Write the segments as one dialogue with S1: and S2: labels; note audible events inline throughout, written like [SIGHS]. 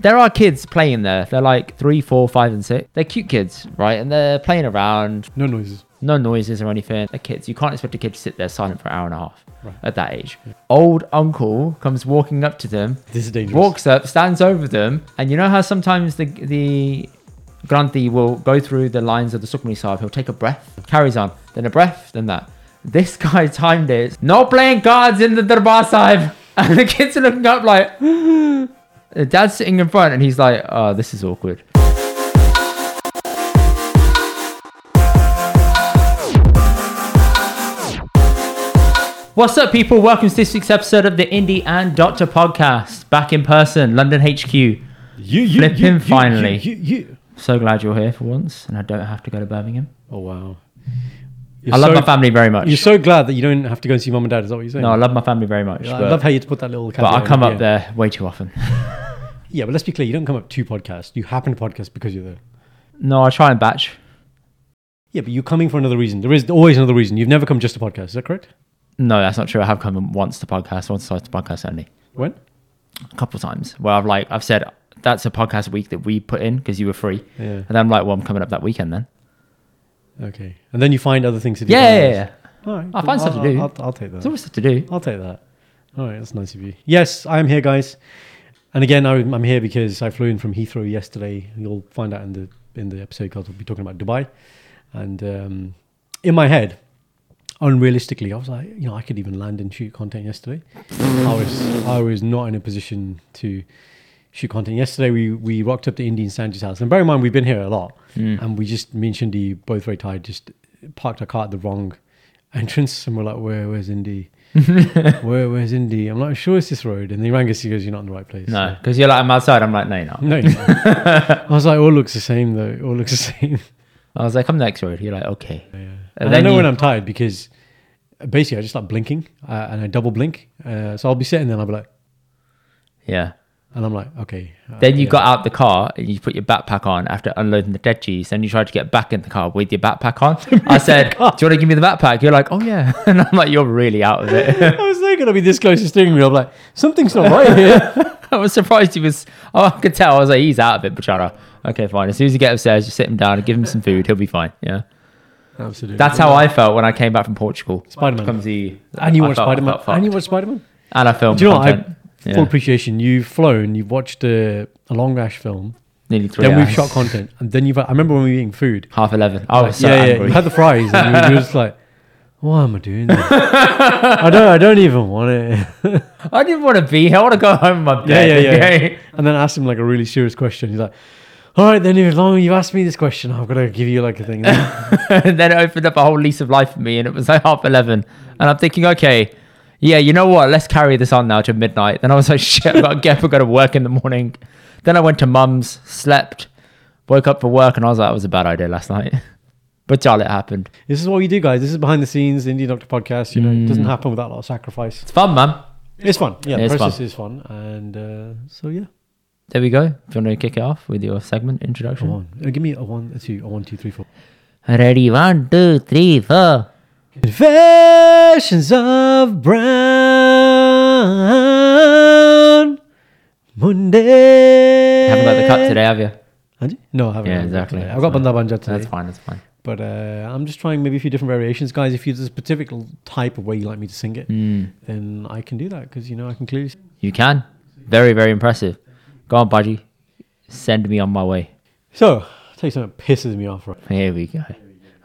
S1: there are kids playing there. They're like three, four, five, and six. They're cute kids, right? And they're playing around,
S2: No noises.
S1: no noises or anything. They're kids. You can't expect a kid to sit there silent for an hour and a half
S2: Right.
S1: at that age. Old uncle comes walking up to them,
S2: This is dangerous.
S1: walks up, stands over them, and you know how sometimes the the Granthi will go through the lines of the Sukhmani Sahib. He'll take a breath, carries on, then a breath, then that. This [LAUGHS] guy timed it. No playing cards in the Darbar Sahib. [LAUGHS] And the kids are looking up like, [GASPS] the dad's sitting in front, and he's like, oh, this is awkward. What's up, people? Welcome to this week's episode of the Indie and Doctor podcast. Back in person, London HQ.
S2: You, you,
S1: Flip
S2: you,
S1: him
S2: you,
S1: finally.
S2: You, you, you.
S1: So glad you're here for once, and I don't have to go to Birmingham.
S2: Oh wow.
S1: I love
S2: so,
S1: my family very much.
S2: You're so glad that you don't have to go and see mum and dad. Is that what you're saying?
S1: no, I love my family very much.
S2: I
S1: but,
S2: love how you put that little.
S1: but I
S2: caveat in,
S1: come up
S2: yeah.
S1: there way too often.
S2: Yeah, but let's be clear. You don't come up to podcast. You happen to podcast because you're there.
S1: no, I try and batch.
S2: Yeah, but you're coming for another reason. There is always another reason. You've never come just to podcast. Is that correct?
S1: No, that's not true. I have come once to podcast, once twice to podcast only,
S2: When?
S1: a couple times where I've like I've said that's a podcast week that we put in because you were free,
S2: Yeah.
S1: and then I'm like, well, I'm coming up that weekend then.
S2: Okay. And then you find other things to do.
S1: Yeah, yeah, yeah, yeah.
S2: All right.
S1: I find stuff to
S2: I'll-
S1: do.
S2: I'll, I'll take
S1: There's
S2: that.
S1: always stuff to do.
S2: I'll take that. All right, that's nice of you. Yes, I'm here, guys. And again, I'm I'm here because I flew in from Heathrow yesterday. You'll find out in the in the episode because we'll be talking about Dubai. And um, in my head, unrealistically, I was like, you know, I could even land and shoot content yesterday. I was I was not in a position to shoot content yesterday. We we rocked up to Indian Sanji's house, and bear in mind we've been here a lot, and we just me and Shindy both very tired, just parked our car at the wrong entrance, and we're like, where where's Indy? Where where's Indy? I'm like, sure it's this road, and he rang us. He goes, you're not in the right place.
S1: No, because you're like I'm outside. I'm like, no, you're not.
S2: No, you're not.
S1: [LAUGHS]
S2: I was like, all looks the same though. All looks the same.
S1: I was like, I'm next road. You're like, okay.
S2: And I
S1: then
S2: know
S1: you-
S2: when I'm tired because uh, basically I just start blinking uh, and I double blink. Uh, so I'll be sitting there and I'll be like,
S1: Yeah.
S2: and I'm like, okay. uh,
S1: Then you
S2: yeah.
S1: got out the car and you put your backpack on after unloading the dead cheese. Then you tried to get back in the car with your backpack
S2: [LAUGHS]
S1: on. I said, Do you want to give me the backpack? You're like, Oh, yeah. [LAUGHS] And I'm like, You're really out of it.
S2: [LAUGHS] I was thinking I'd be this close to steering wheel. I'm like, something's not
S1: [LAUGHS]
S2: right here.
S1: I was surprised he was. Oh, I could tell. I was like, He's out of it, Bachara. Okay, fine. As soon as you get upstairs, just sit him down and give him some food. He'll be fine. Yeah.
S2: Absolutely.
S1: That's how I felt when I came back from Portugal.
S2: Spider-Man.
S1: Comes the,
S2: And you
S1: I
S2: watch
S1: felt- I
S2: Spider Man.
S1: felt fucked.
S2: And you watch Spider Man.
S1: And I filmed.
S2: Do you know what? I,
S1: content. Yeah.
S2: Full appreciation. You've flown, you've watched uh, a Long Ash film,
S1: Nearly three
S2: then we've
S1: hours.
S2: shot content, and then you've. I remember when we were eating food.
S1: Half 11. I was so
S2: yeah, yeah.
S1: angry.
S2: You had the fries, and you were just like, "Why am I doing this? I don't. I don't even want
S1: [LAUGHS]
S2: it."
S1: I didn't want to be here. I want to go home. My
S2: Yeah,
S1: bed.
S2: yeah, yeah.
S1: okay?
S2: And then I asked him like a really serious question. He's like, "All right, then. As long as you've asked me this question, I've got to give you like a
S1: [LAUGHS]
S2: thing."
S1: and then it opened up a whole lease of life for me and it was like half 11 and i'm thinking okay yeah you know what let's carry this on now to midnight then i was like [LAUGHS] shit i've got to get up, I've got to work in the morning then i went to mum's slept woke up for work and i was like that was a bad idea last night [LAUGHS] but jol it happened [LAUGHS]
S2: this is what we do, guys. This is behind the scenes Indian Doctor podcast. You know, it doesn't happen without a lot of sacrifice.
S1: it's fun man
S2: It's fun. Yeah,
S1: Mm. It's
S2: the process
S1: fun.
S2: is fun, and uh, so yeah.
S1: there we go do you want to kick it off with your segment
S2: A
S1: introduction
S2: one. Uh, give me a one, a two, a one, two, three, four.
S1: ready one two three four
S2: Confessions of Brown Monday.
S1: haven't got the cut today have you
S2: Had you? No, I haven't.
S1: Yeah,
S2: got the cut
S1: exactly.
S2: today. I've got
S1: That's
S2: Banda Banja today.
S1: that's fine that's fine
S2: But uh, I'm just trying maybe a few different variations. Guys, if you there's a specific l- type of way you like me to sing it,
S1: Hmm.
S2: then I can do that because, you know, I can clearly. s-
S1: you can very very impressive go on budgie send me on my way
S2: So, I'll tell you something that pisses me off, right?
S1: Here we go.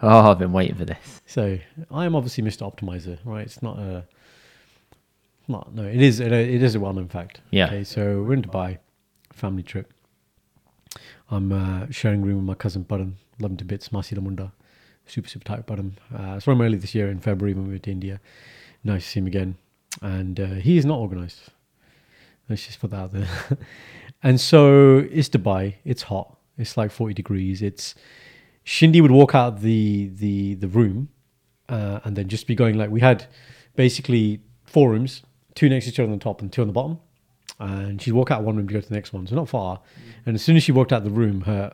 S1: Oh, I've been waiting for this.
S2: So I am obviously Mr. Optimizer, right? It's not a, not no, it is it is a well-known fact.
S1: Yeah.
S2: Okay, so we're in Dubai, family trip. I'm uh, sharing a room with my cousin Param, love him to bits, Masi Lamunda, super super tight Param. Uh, I saw him early this year in February when we went to India. Nice to see him again, and uh, he is not organised. Let's just put that out there. [LAUGHS] and so it's Dubai. It's hot. It's like forty degrees. It's Shindy would walk out the the the room, uh, and then just be going like we had basically four rooms, two next to each other on the top and two on the bottom. And she'd walk out one room to go to the next one, so not far. And as soon as she walked out the room, her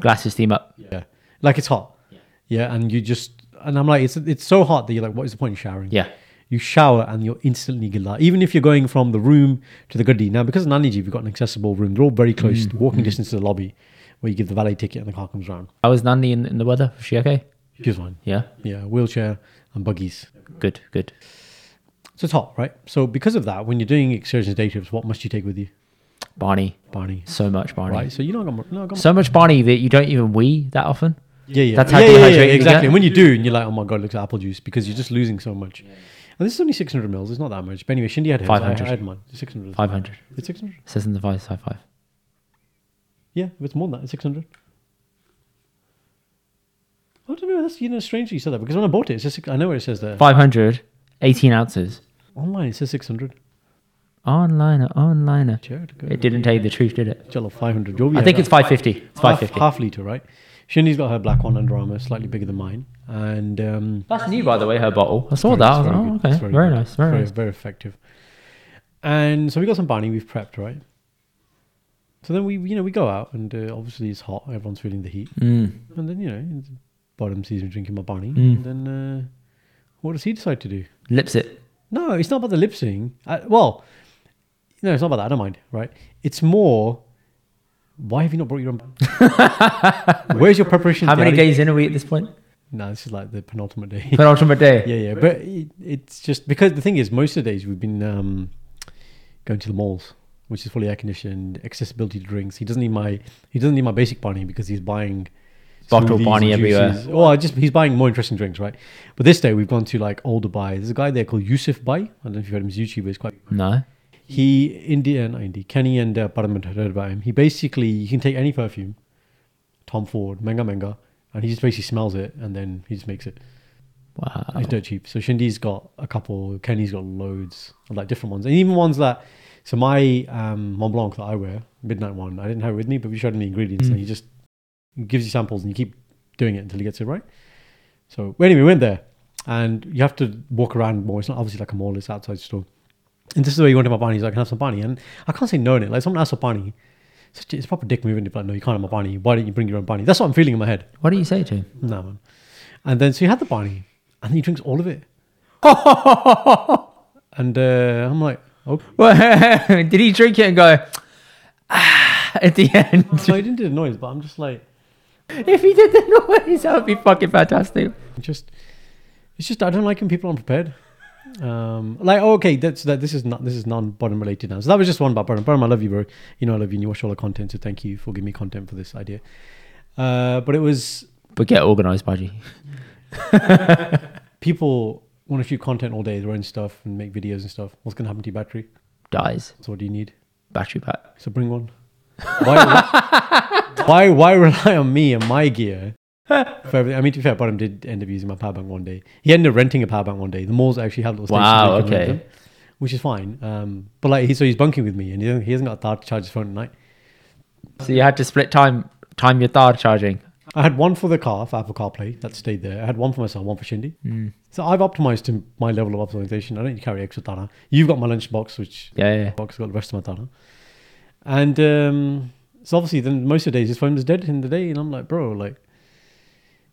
S1: Glasses team up.
S2: yeah, like it's hot, yeah. And you just and I'm like it's it's so hot that you're like, what is the point in showering?
S1: Yeah.
S2: you shower and you're instantly gila. Even if you're going from the room to the gadi. Now, because of Naniji, we've got an accessible room. They're all very close, walking distance to the lobby, where you give the valet ticket and the car comes round.
S1: How is Nandi in, in the weather? Is she okay?
S2: Here's one.
S1: Yeah.
S2: Yeah, wheelchair and buggies.
S1: Good. Good.
S2: So it's hot, right? So because of that, when you're doing excursions day trips, what must you take with you?
S1: Barney.
S2: Barney.
S1: So much Barney.
S2: Right. So you know, I'm, no, I'm,
S1: So much Barney that you don't even wee that often.
S2: yeah, yeah,
S1: that's how
S2: yeah, yeah, yeah,
S1: dehydrated you get.
S2: exactly. And when you do, and you're like, oh my god, it looks like apple juice because you're just losing so much. And this is only 600 mils. It's not that much. But anyway, Shindy had hers.
S1: 500.
S2: I, I had mine. It's 600.
S1: 500.
S2: It's 600.
S1: It says in the vice high five.
S2: Yeah, if it's more than that, it's 600. I don't know. That's you know strange that you said that because when I bought it, it's just six, I know where it says there.
S1: 500, 18 ounces.
S2: Online, it says 600.
S1: Onliner, onliner.
S2: Jared, go.
S1: It didn't tell you the truth, did it?
S2: Jello 500. You'll be
S1: I think
S2: happy.
S1: it's 550. It's
S2: half,
S1: 550.
S2: half liter, right? Shindy's got her black one under armor, slightly bigger than mine, and um,
S1: That's new, by the way, her bottle. I saw that. I was
S2: It's
S1: like, oh,
S2: very good.
S1: okay.
S2: It's
S1: Very,
S2: good.
S1: nice. Very, nice.
S2: very effective. And so we got some Barney. We've prepped, right? So then we, you know, we go out, and uh, obviously it's hot. Everyone's feeling the heat,
S1: Mm.
S2: and then you know, it's bottom season drinking my Barney.
S1: Mm.
S2: And then uh, what does he decide to do?
S1: Lips it.
S2: No, it's not about the lip syncing. Uh, well, no, it's not about that. I don't mind, right? It's more. Why have you not brought your own?
S1: [LAUGHS]
S2: Barney? Where's your preparation?
S1: How many
S2: daddy?
S1: days in are we at this
S2: [LAUGHS]
S1: point?
S2: No, this is like the penultimate day.
S1: Penultimate day.
S2: yeah, yeah, but it, it's just because the thing is, most of the days we've been um, going to the malls, which is fully air conditioned, accessibility to drinks. He doesn't need my he doesn't need my basic Barney because he's buying
S1: Bottled
S2: smoothies
S1: Barney
S2: and
S1: everywhere.
S2: juices. Well, I just he's buying more interesting drinks, right? But this day we've gone to like older Dubai. There's a guy there called Yusuf Bai. I don't know if you've heard him. He's a YouTuber. He's quite
S1: No.
S2: he India not India Kenny and uh, Parliament had heard about him. He basically you can take any perfume, Tom Ford, Menga Menga, and he just basically smells it and then he just makes it.
S1: Wow.
S2: It's dirt cheap. So Shindy's got a couple. Kenny's got loads of like different ones, and even ones that. So my um, Mont Blanc that I wear, midnight one, I didn't have it with me, but we showed him the ingredients, and he just gives you samples, and you keep doing it until he gets it right. So anyway, we went there, and you have to walk around more. It's not obviously like a mall; it's outside store. And this is where you went to my pani. He's like, "Can I have some pani?" And I can't say no in it. Like someone asks for pani, it's, such a- it's proper dick moving. to be like, "No, you can't have my pani. Why don't you bring your own pani?" That's what I'm feeling in my head.
S1: What do you say to him?
S2: No, man. And then so he had the Barney, and he drinks all of it. [LAUGHS] and uh, I'm like, okay.
S1: [LAUGHS] Did he drink it and go, ah, at the end?
S2: [LAUGHS] So he didn't do the noise, but I'm just like,
S1: if he did the noise, that would be fucking fantastic.
S2: just, it's just I don't like when people are unprepared. Um, like oh, okay, that's that. This is not this is non bottom related now. So that was just one about bottom. Bottom, I love you, bro. You know I love you, and you watch all the content. So thank you for giving me content for this idea. Uh, but it was
S1: But get organised, Budgie.
S2: people want to shoot content all day, their own stuff, and make videos and stuff. What's gonna happen to your battery?
S1: Dies.
S2: So what do you need?
S1: Battery pack.
S2: So bring one. Why, [LAUGHS] why, why rely on me and my gear for everything? I mean, to be fair, Bottom did end up using my power bank one day. He ended up renting a power bank one day. The malls actually have little stations.
S1: Wow,
S2: where you can rent
S1: okay.
S2: them, Which is fine. Um, but like, he, so he's bunking with me and he hasn't, he hasn't got a thought to charge his phone at night.
S1: So you had to split time time your third charging.
S2: I had one for the car, for Apple CarPlay, that stayed there. I had one for myself, one for Shindy.
S1: Hmm.
S2: So I've optimized to my level of optimization. I don't need to carry extra Tana. You've got my lunchbox, which
S1: Yeah, yeah.
S2: box got the rest of my Tana. And um, so obviously, then most of the days his phone was dead in the day, and I'm like, bro, like,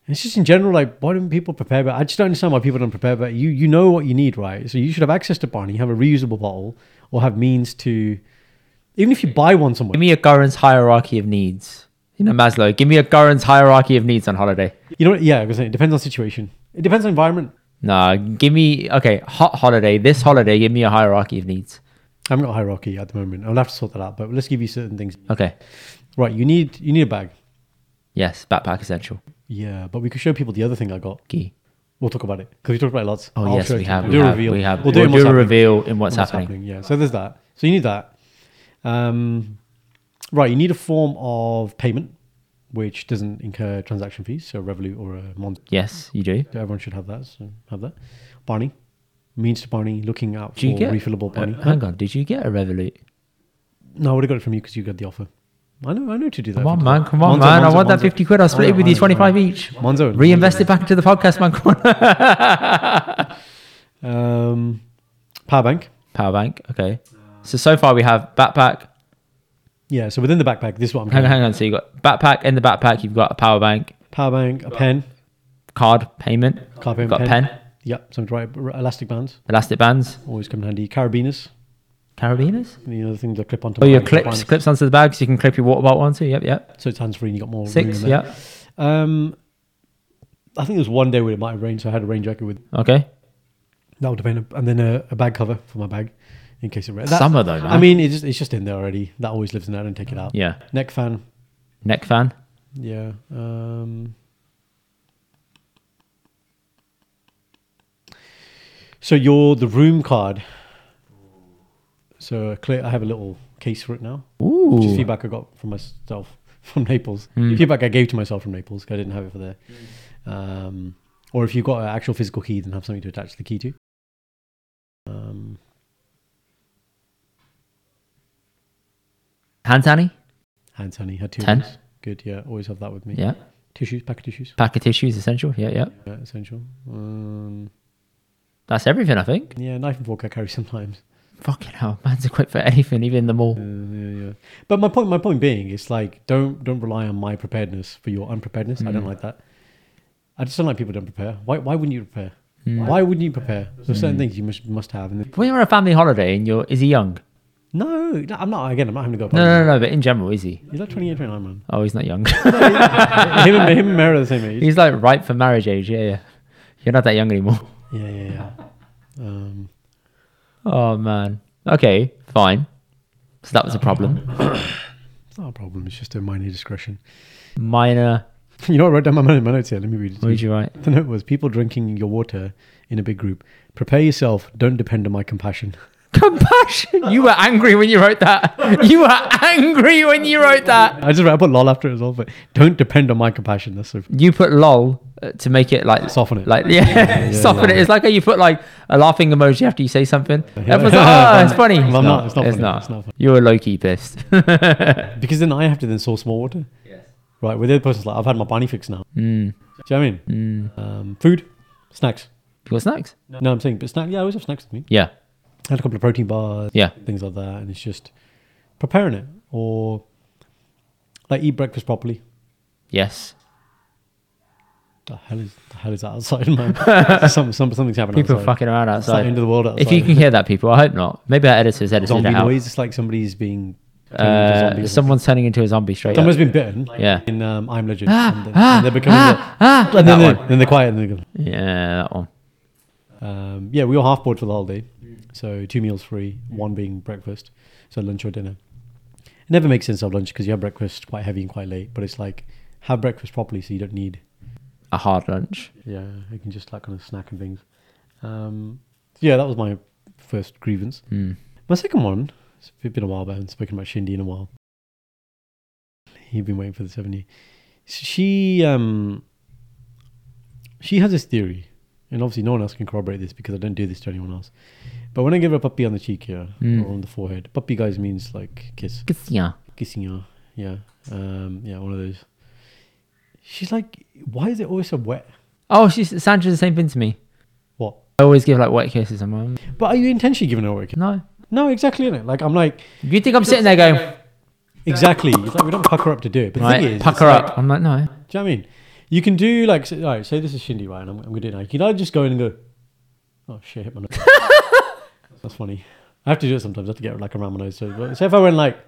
S2: it's just in general, like, why don't people prepare better? I just don't understand why people don't prepare better. You you know what you need, right? So you should have access to Barney, have a reusable bottle, or have means to, even if you buy one somewhere.
S1: Give me a Gurren's hierarchy of needs. You know, Maslow, give me a Gurren's hierarchy of needs on holiday.
S2: You know, what- yeah, I was saying, it depends on situation. It depends on environment.
S1: Nah, give me, okay, hot holiday. This holiday, give me a hierarchy of needs.
S2: I haven't got a hierarchy at the moment. I'll have to sort that out. But let's give you certain things.
S1: Okay.
S2: Right, you need you need a bag.
S1: Yes, backpack essential.
S2: Yeah, but we could show people the other thing I got.
S1: Key.
S2: We'll talk about it because we talked about it lots.
S1: Oh,
S2: I'll
S1: yes,
S2: show it
S1: we
S2: to
S1: have.
S2: you.
S1: We
S2: We'll do a
S1: have,
S2: reveal.
S1: we have.
S2: We'll
S1: We'll
S2: do,
S1: do,
S2: it in what's
S1: a
S2: happening.
S1: reveal in what's,
S2: What's
S1: happening.
S2: Yeah. So there's that. So you need that. Um, right. You need a form of payment, which doesn't incur transaction fees. So Revolut or a Monzo.
S1: Yes, you do.
S2: Everyone should have that. So have that. Barney means to Barney. Looking out for
S1: Do you get
S2: refillable Barney.
S1: Uh, hang on, did you get a Revolut?
S2: No, I would have got it from you because you got the offer. I know. I know to do that.
S1: Come on,
S2: Monzo,
S1: man. Come on,
S2: Monzo,
S1: man. I
S2: Monzo,
S1: want that
S2: Monzo.
S1: 50 quid. I'll split it
S2: Monzo,
S1: with you
S2: Monzo,
S1: 25 each.
S2: Monzo.
S1: Reinvest it back into the podcast, man. Come on.
S2: Um, power bank.
S1: [LAUGHS] Power bank. Okay. So, so far we have backpack.
S2: Yeah. So within the backpack, this is
S1: [LAUGHS]
S2: what I'm
S1: Hang
S2: trying.
S1: on, hang on. So you got backpack in the backpack. You've got a power bank,
S2: Power bank, a pen.
S1: card payment.
S2: Card
S1: You've
S2: payment,
S1: got a
S2: pen.
S1: pen.
S2: Yep, something to write. r- Elastic bands
S1: Elastic bands,
S2: always come in handy. Carabiners,
S1: carabiners.
S2: the other thing to clip onto.
S1: Oh,
S2: my
S1: your
S2: clip
S1: clips,
S2: on.
S1: clips onto the bag, so you can clip your water bottle onto. Yep, yep.
S2: So it's hands free and you got more.
S1: Six,
S2: room in there.
S1: yeah.
S2: Um, I think there was one day where it might have rained, so I had a rain jacket with.
S1: Okay.
S2: That would have been, a, and then a, a bag cover for my bag in case it rained. That-
S1: Summer though, man.
S2: I mean, it's just, it's just in there already. That always lives in there. I don't take it out.
S1: yeah.
S2: Neck fan.
S1: Neck fan.
S2: Yeah. Um, so your the room card. So a clear, I have a little case for it now, which is
S1: Ooh. Hmm.
S2: feedback I got from myself [LAUGHS] from Naples. Feedback I gave to myself from Naples. 'cause I didn't have it for there. Um, or if you've got an actual physical key, then have something to attach the key to. Um,
S1: Hand tanny.
S2: hand sanitizer, had two. of
S1: Ten.
S2: those. Good. Yeah. Always have that with me.
S1: Yeah.
S2: Tissues, pack of tissues.
S1: Pack of tissues essential. Yeah, yeah.
S2: Yeah, essential. Um,
S1: That's everything I think.
S2: yeah, knife and fork I carry [LAUGHS] sometimes.
S1: Fucking hell, man's equipped for anything, even the mall.
S2: Uh, yeah, yeah. But my point, my point being, it's like don't don't rely on my preparedness for your unpreparedness. I don't like that. I just don't like people don't prepare. Why why wouldn't you prepare? Why wouldn't you prepare? There's certain things you must must have. And then,
S1: When you're on a family holiday and you're is he young?
S2: no, no, I'm not. Again, I'm not having to go.
S1: No, no, no, no. But in general, is he?
S2: You're like 28, 29, man.
S1: Oh, he's not young. [LAUGHS]
S2: [LAUGHS] him and him and Mary are the same age.
S1: he's like ripe for marriage age. Yeah, yeah. You're not that young anymore. [LAUGHS]
S2: yeah, yeah, yeah. Um,
S1: Oh man. Okay, fine. So that was a problem.
S2: it's not a problem. It's just a minor discretion. [LAUGHS]
S1: Minor.
S2: You know what? I wrote down my, my notes here. Let me read it. to
S1: What
S2: you.
S1: did you write?
S2: The note was people drinking your water in a big group. Prepare yourself. Don't depend on my compassion.
S1: Compassion. You were angry when you wrote that. [LAUGHS] You were angry when you wrote that.
S2: I just I put lol after it as well, but don't depend on my compassion. That's so
S1: You put lol uh, to make it like
S2: soften it.
S1: Like yeah, [LAUGHS] soften it. It's like how you put like a laughing emoji after you say something. [LAUGHS] Everyone's like,
S2: Yeah.
S1: oh, [LAUGHS] it's funny.
S2: Well, I'm not- it's not funny. It's not funny.
S1: You're a low key pissed. [LAUGHS]
S2: because then I have to then source more water. Right, where the other person's like, I've had my bunny fix now.
S1: Hmm.
S2: Do you know what I mean? Um, food, snacks.
S1: you got snacks?
S2: No. I'm saying, but snack. Yeah, I always have snacks with me.
S1: Yeah,
S2: I had a couple of protein bars,
S1: yeah.
S2: things like that, and it's just preparing it or like eat breakfast properly.
S1: Yes.
S2: The hell is the hell is that
S1: [LAUGHS]
S2: outside, man? some, some, something's happening.
S1: People
S2: outside.
S1: fucking around
S2: It's the
S1: outside.
S2: end of the world outside.
S1: if you can hear that, people, I hope not. Maybe our editor's edited
S2: zombie
S1: it out.
S2: noise, it's like somebody's being turned into a zombie
S1: Uh,
S2: or
S1: someone's turning into a zombie straight up.
S2: Someone's been bitten.
S1: Yeah.
S2: In um, I'm Legend. and, then, and they're becoming.
S1: ah.
S2: the, and
S1: that
S2: then, they're, then they're quiet. And they're gone.
S1: Yeah, that one.
S2: Um, yeah, we were half board for the whole day. So two meals free, one being breakfast. So lunch or dinner. It never makes sense to have lunch because you have breakfast quite heavy and quite late. But it's like, have breakfast properly so you don't need.
S1: A hard lunch.
S2: Yeah, you can just like kind of snack and things. Um, yeah, that was my first grievance.
S1: Mm.
S2: My second one, it's been a while, but I haven't spoken about Shindy in a while. You've been waiting for this, haven't you? She, um, she has this theory, and obviously no one else can corroborate this because I don't do this to anyone else. But when I give her a puppy on the cheek here,
S1: Mm.
S2: or on the forehead, puppy guys means like kiss,
S1: Yeah.
S2: kissing her, yeah, um, yeah, one of those. She's like, why is it always so wet?
S1: Oh, she's Sandra's the same thing to me.
S2: What?
S1: I always give like wet kisses. I'm like, mm,
S2: But are you intentionally giving her a kiss?
S1: no.
S2: No, exactly, innit? Like, I'm like,
S1: You think I'm sitting there going,
S2: exactly. It's like, we don't pucker up to do it. But the
S1: right,
S2: thing is,
S1: pucker up. I'm like, no.
S2: Do you know what I mean? You can do like, say, all right, say this is Shindy, right? And I'm, I'm going to do it now. You can either just go in and go, oh shit, hit my nose. That's funny. I have to do it sometimes. I have to get like around my nose. So, but say if I went like,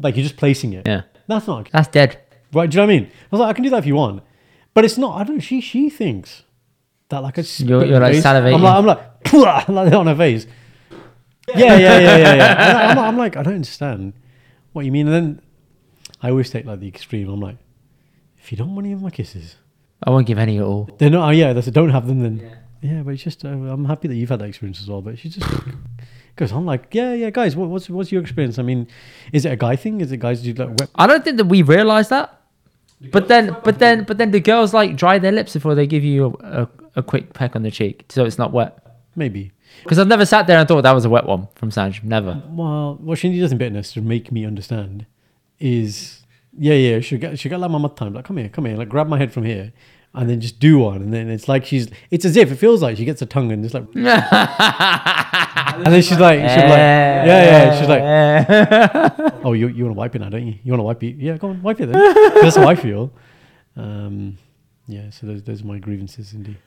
S2: like you're just placing it.
S1: Yeah.
S2: That's not,
S1: That's dead.
S2: right? Do you know what I mean? I was like, I can do that if you want. But it's not, I don't, she, she thinks that like I spit
S1: You're-
S2: in
S1: you're,
S2: her
S1: like,
S2: face.
S1: salivating.
S2: I'm like, I'm like, [LAUGHS] like that on her face. Yeah, yeah, yeah, yeah, yeah. And I'm, like- I'm like, I don't understand what you mean. And then I always take like the extreme. I'm like, if you don't want any of my kisses,
S1: I won't give any at all.
S2: they're not. Oh yeah, that's don't have them then. Yeah, but it's just uh, I'm happy that you've had that experience as well. But she just [LAUGHS] goes on like, yeah, yeah, guys, what, what's what's your experience? I mean, is it a guy thing? Is it guys do like wet?
S1: I don't think that we realize that. But then, but then, but then the girls like dry their lips before they give you a, a, a quick peck on the cheek, so it's not wet.
S2: Maybe.
S1: Because I've never sat there and thought that was a wet one from Sanj. Never.
S2: [LAUGHS] Well, what Shinji does in bitterness to make me understand is, yeah, yeah, she got she got like my mud time, like come here, come here, like grab my head from here, and then just do one, and then it's like she's, it's as if it feels like she gets her tongue and just like,
S1: [LAUGHS]
S2: and then she's like, she's like, yeah, yeah, she's like, oh, you you want to wipe it now, don't you? You want to wipe it? Yeah, go on, wipe it then. [LAUGHS] That's how I feel. Um, yeah, so those those are my grievances indeed.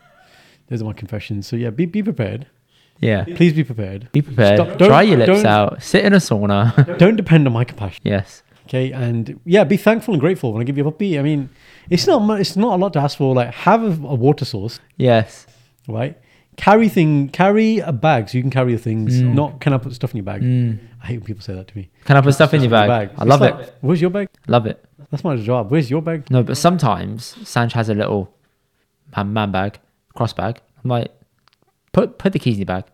S2: Those are my confessions. So yeah, be be prepared.
S1: [LAUGHS] Yeah.
S2: Please be prepared.
S1: Be prepared.
S2: Stop- don't-
S1: Dry your lips
S2: don't-
S1: out. Sit in a sauna. [LAUGHS]
S2: Don't depend on my compassion.
S1: yes.
S2: Okay, and yeah, be thankful and grateful when I give you a puppy. I mean, it's not mu- it's not a lot to ask for. Like, have a, a water source,
S1: Yes.
S2: right? Carry thing, carry a bag so you can carry your things.
S1: Mm.
S2: Not can I put stuff in your bag? I hate when people say that to me.
S1: Can I put Mm. stuff in your bag? I
S2: It's
S1: love
S2: like,
S1: it.
S2: Where's your bag?
S1: Love it.
S2: That's my job. Where's your bag?
S1: No, but sometimes Sanj has a little man, man bag, cross bag. I'm like, put put the keys in your bag.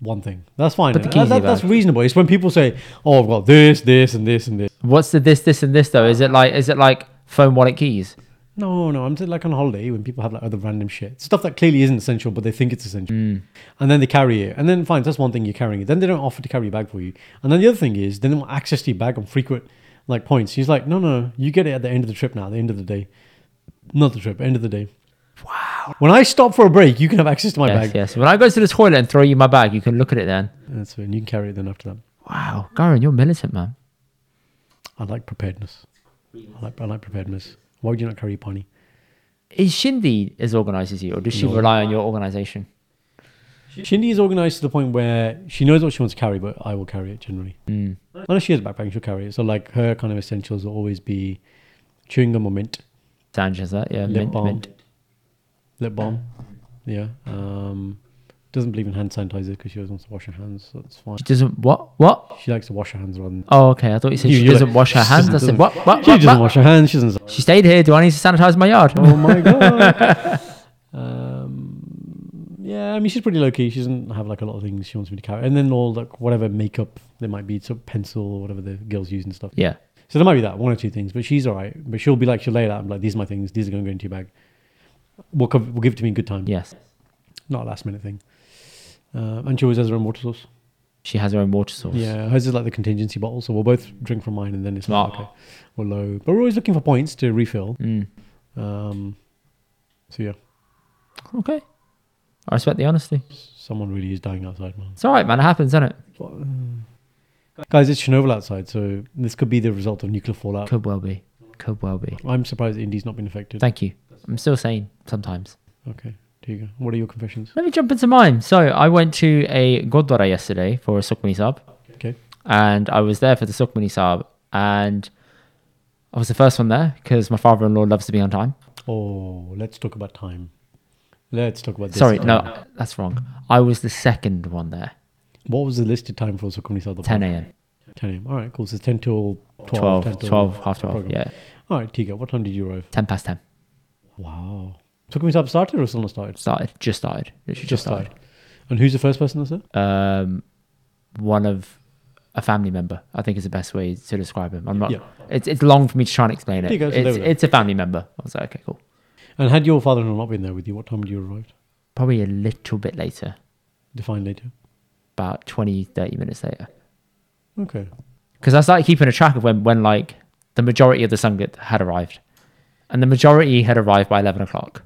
S2: One thing. That's fine.
S1: Put the
S2: That-
S1: keys in
S2: that-
S1: your
S2: that's
S1: bag.
S2: reasonable. It's when people say, "Oh, I've got this, this, and this, and this."
S1: What's the this, this, and this though? Is it like is it like phone, wallet, keys?
S2: No, no, I'm saying like on holiday when people have like other random shit. Stuff that clearly isn't essential, but they think it's essential. And then they carry it. And then fine, that's one thing you're carrying it. Then they don't offer to carry your bag for you. And then the other thing is, then they want access to your bag on frequent like points. He's like, no, no, you get it at the end of the trip now, at the end of the day. Not the trip, end of the day. Wow. When I stop for a break, you can have access to my
S1: Yes,
S2: bag.
S1: yes. When I go to the toilet and throw you my bag, you can look at it then.
S2: That's it. And you can carry it then after that.
S1: Wow, Garen, you're militant, man.
S2: I like preparedness. I like, I like preparedness. Why would you not carry your pony?
S1: Is Shindy as organised as you, or does she
S2: No.
S1: rely on your organisation?
S2: Shindy is organized to the point where she knows what she wants to carry, but I will carry it generally.
S1: Mm.
S2: Unless she has backpacking, she'll carry it. So like her kind of essentials will always be chewing gum or mint,
S1: Sanj has that, yeah.
S2: Lip
S1: Mint,
S2: balm.
S1: mint.
S2: lip balm. Yeah. Um, doesn't believe in hand sanitizer because she always wants to wash her hands. So that's fine.
S1: She doesn't what what?
S2: She likes to wash her hands rather
S1: [LAUGHS]
S2: than.
S1: Oh, okay. I thought you said
S2: You-
S1: she
S2: you're
S1: doesn't
S2: like-
S1: wash her
S2: she
S1: hands. I
S2: doesn't- [LAUGHS]
S1: said what what
S2: She
S1: what?
S2: doesn't
S1: what?
S2: wash her hands. She doesn't.
S1: She stayed here. Do I need to sanitize my yard?
S2: Oh my god. [LAUGHS] um, yeah, I mean she's pretty low key. She doesn't have like a lot of things she wants me to carry, and then all like whatever makeup there might be, so pencil or whatever the girls use and stuff.
S1: [LAUGHS] Yeah.
S2: So there might be that one or two things, but she's all right. But she'll be like, she'll lay it out. and be like, these are my things. These are going to go into your bag. We'll, cover, we'll give it to me in good time.
S1: Yes.
S2: Not a last minute thing. Uh, and she always has her own water source.
S1: She has her own water source.
S2: Yeah, hers is like the contingency bottle. So we'll both drink from mine and then it's
S1: Smart.
S2: like, okay, we're low. But we're always looking for points to refill.
S1: Mm.
S2: Um, so yeah,
S1: Okay. I respect the honesty.
S2: someone really is dying outside, man.
S1: It's all right, man. It happens, doesn't it?
S2: Guys, it's Chernobyl outside. So this could be the result of nuclear fallout.
S1: Could well be. Could well be.
S2: I'm surprised Indy's not been affected.
S1: Thank you. I'm still sane sometimes.
S2: okay, there you go. What are your confessions?
S1: Let me jump into mine. So I went to a Godwara yesterday for a Sukmani Sab,
S2: Okay.
S1: and I was there for the Sukmani Sab, and I was the first one there because my father-in-law loves to be on time.
S2: Oh, let's talk about time. Let's talk about this.
S1: Sorry,
S2: time.
S1: no, that's wrong. I was the second one there.
S2: What was the listed time for Sukuni South?
S1: 10 a.m.
S2: 10 a.m. All right, cool. So it's 10 till 12.
S1: 12,
S2: 10 till
S1: 12, half 12.
S2: program.
S1: Yeah,
S2: All right, Tika, what time did you arrive?
S1: 10 past 10.
S2: Wow. Sukuni South started or still not started?
S1: Started, just started. Literally just started.
S2: And who's the first person that's there?
S1: um, one of a family member. I think is the best way to describe him. I'm not.
S2: Yeah.
S1: It's it's long for me to try and explain it.
S2: You go, so
S1: It's,
S2: there we go.
S1: it's a family member. I was like, okay, cool.
S2: And had your father in law not been there with you, what time would you arrive?
S1: Probably a little bit later,
S2: Define later.
S1: about 20, 30 minutes later,
S2: Okay.
S1: because I started keeping a track of when when like the majority of the sangha had arrived, and the majority had arrived by eleven o'clock.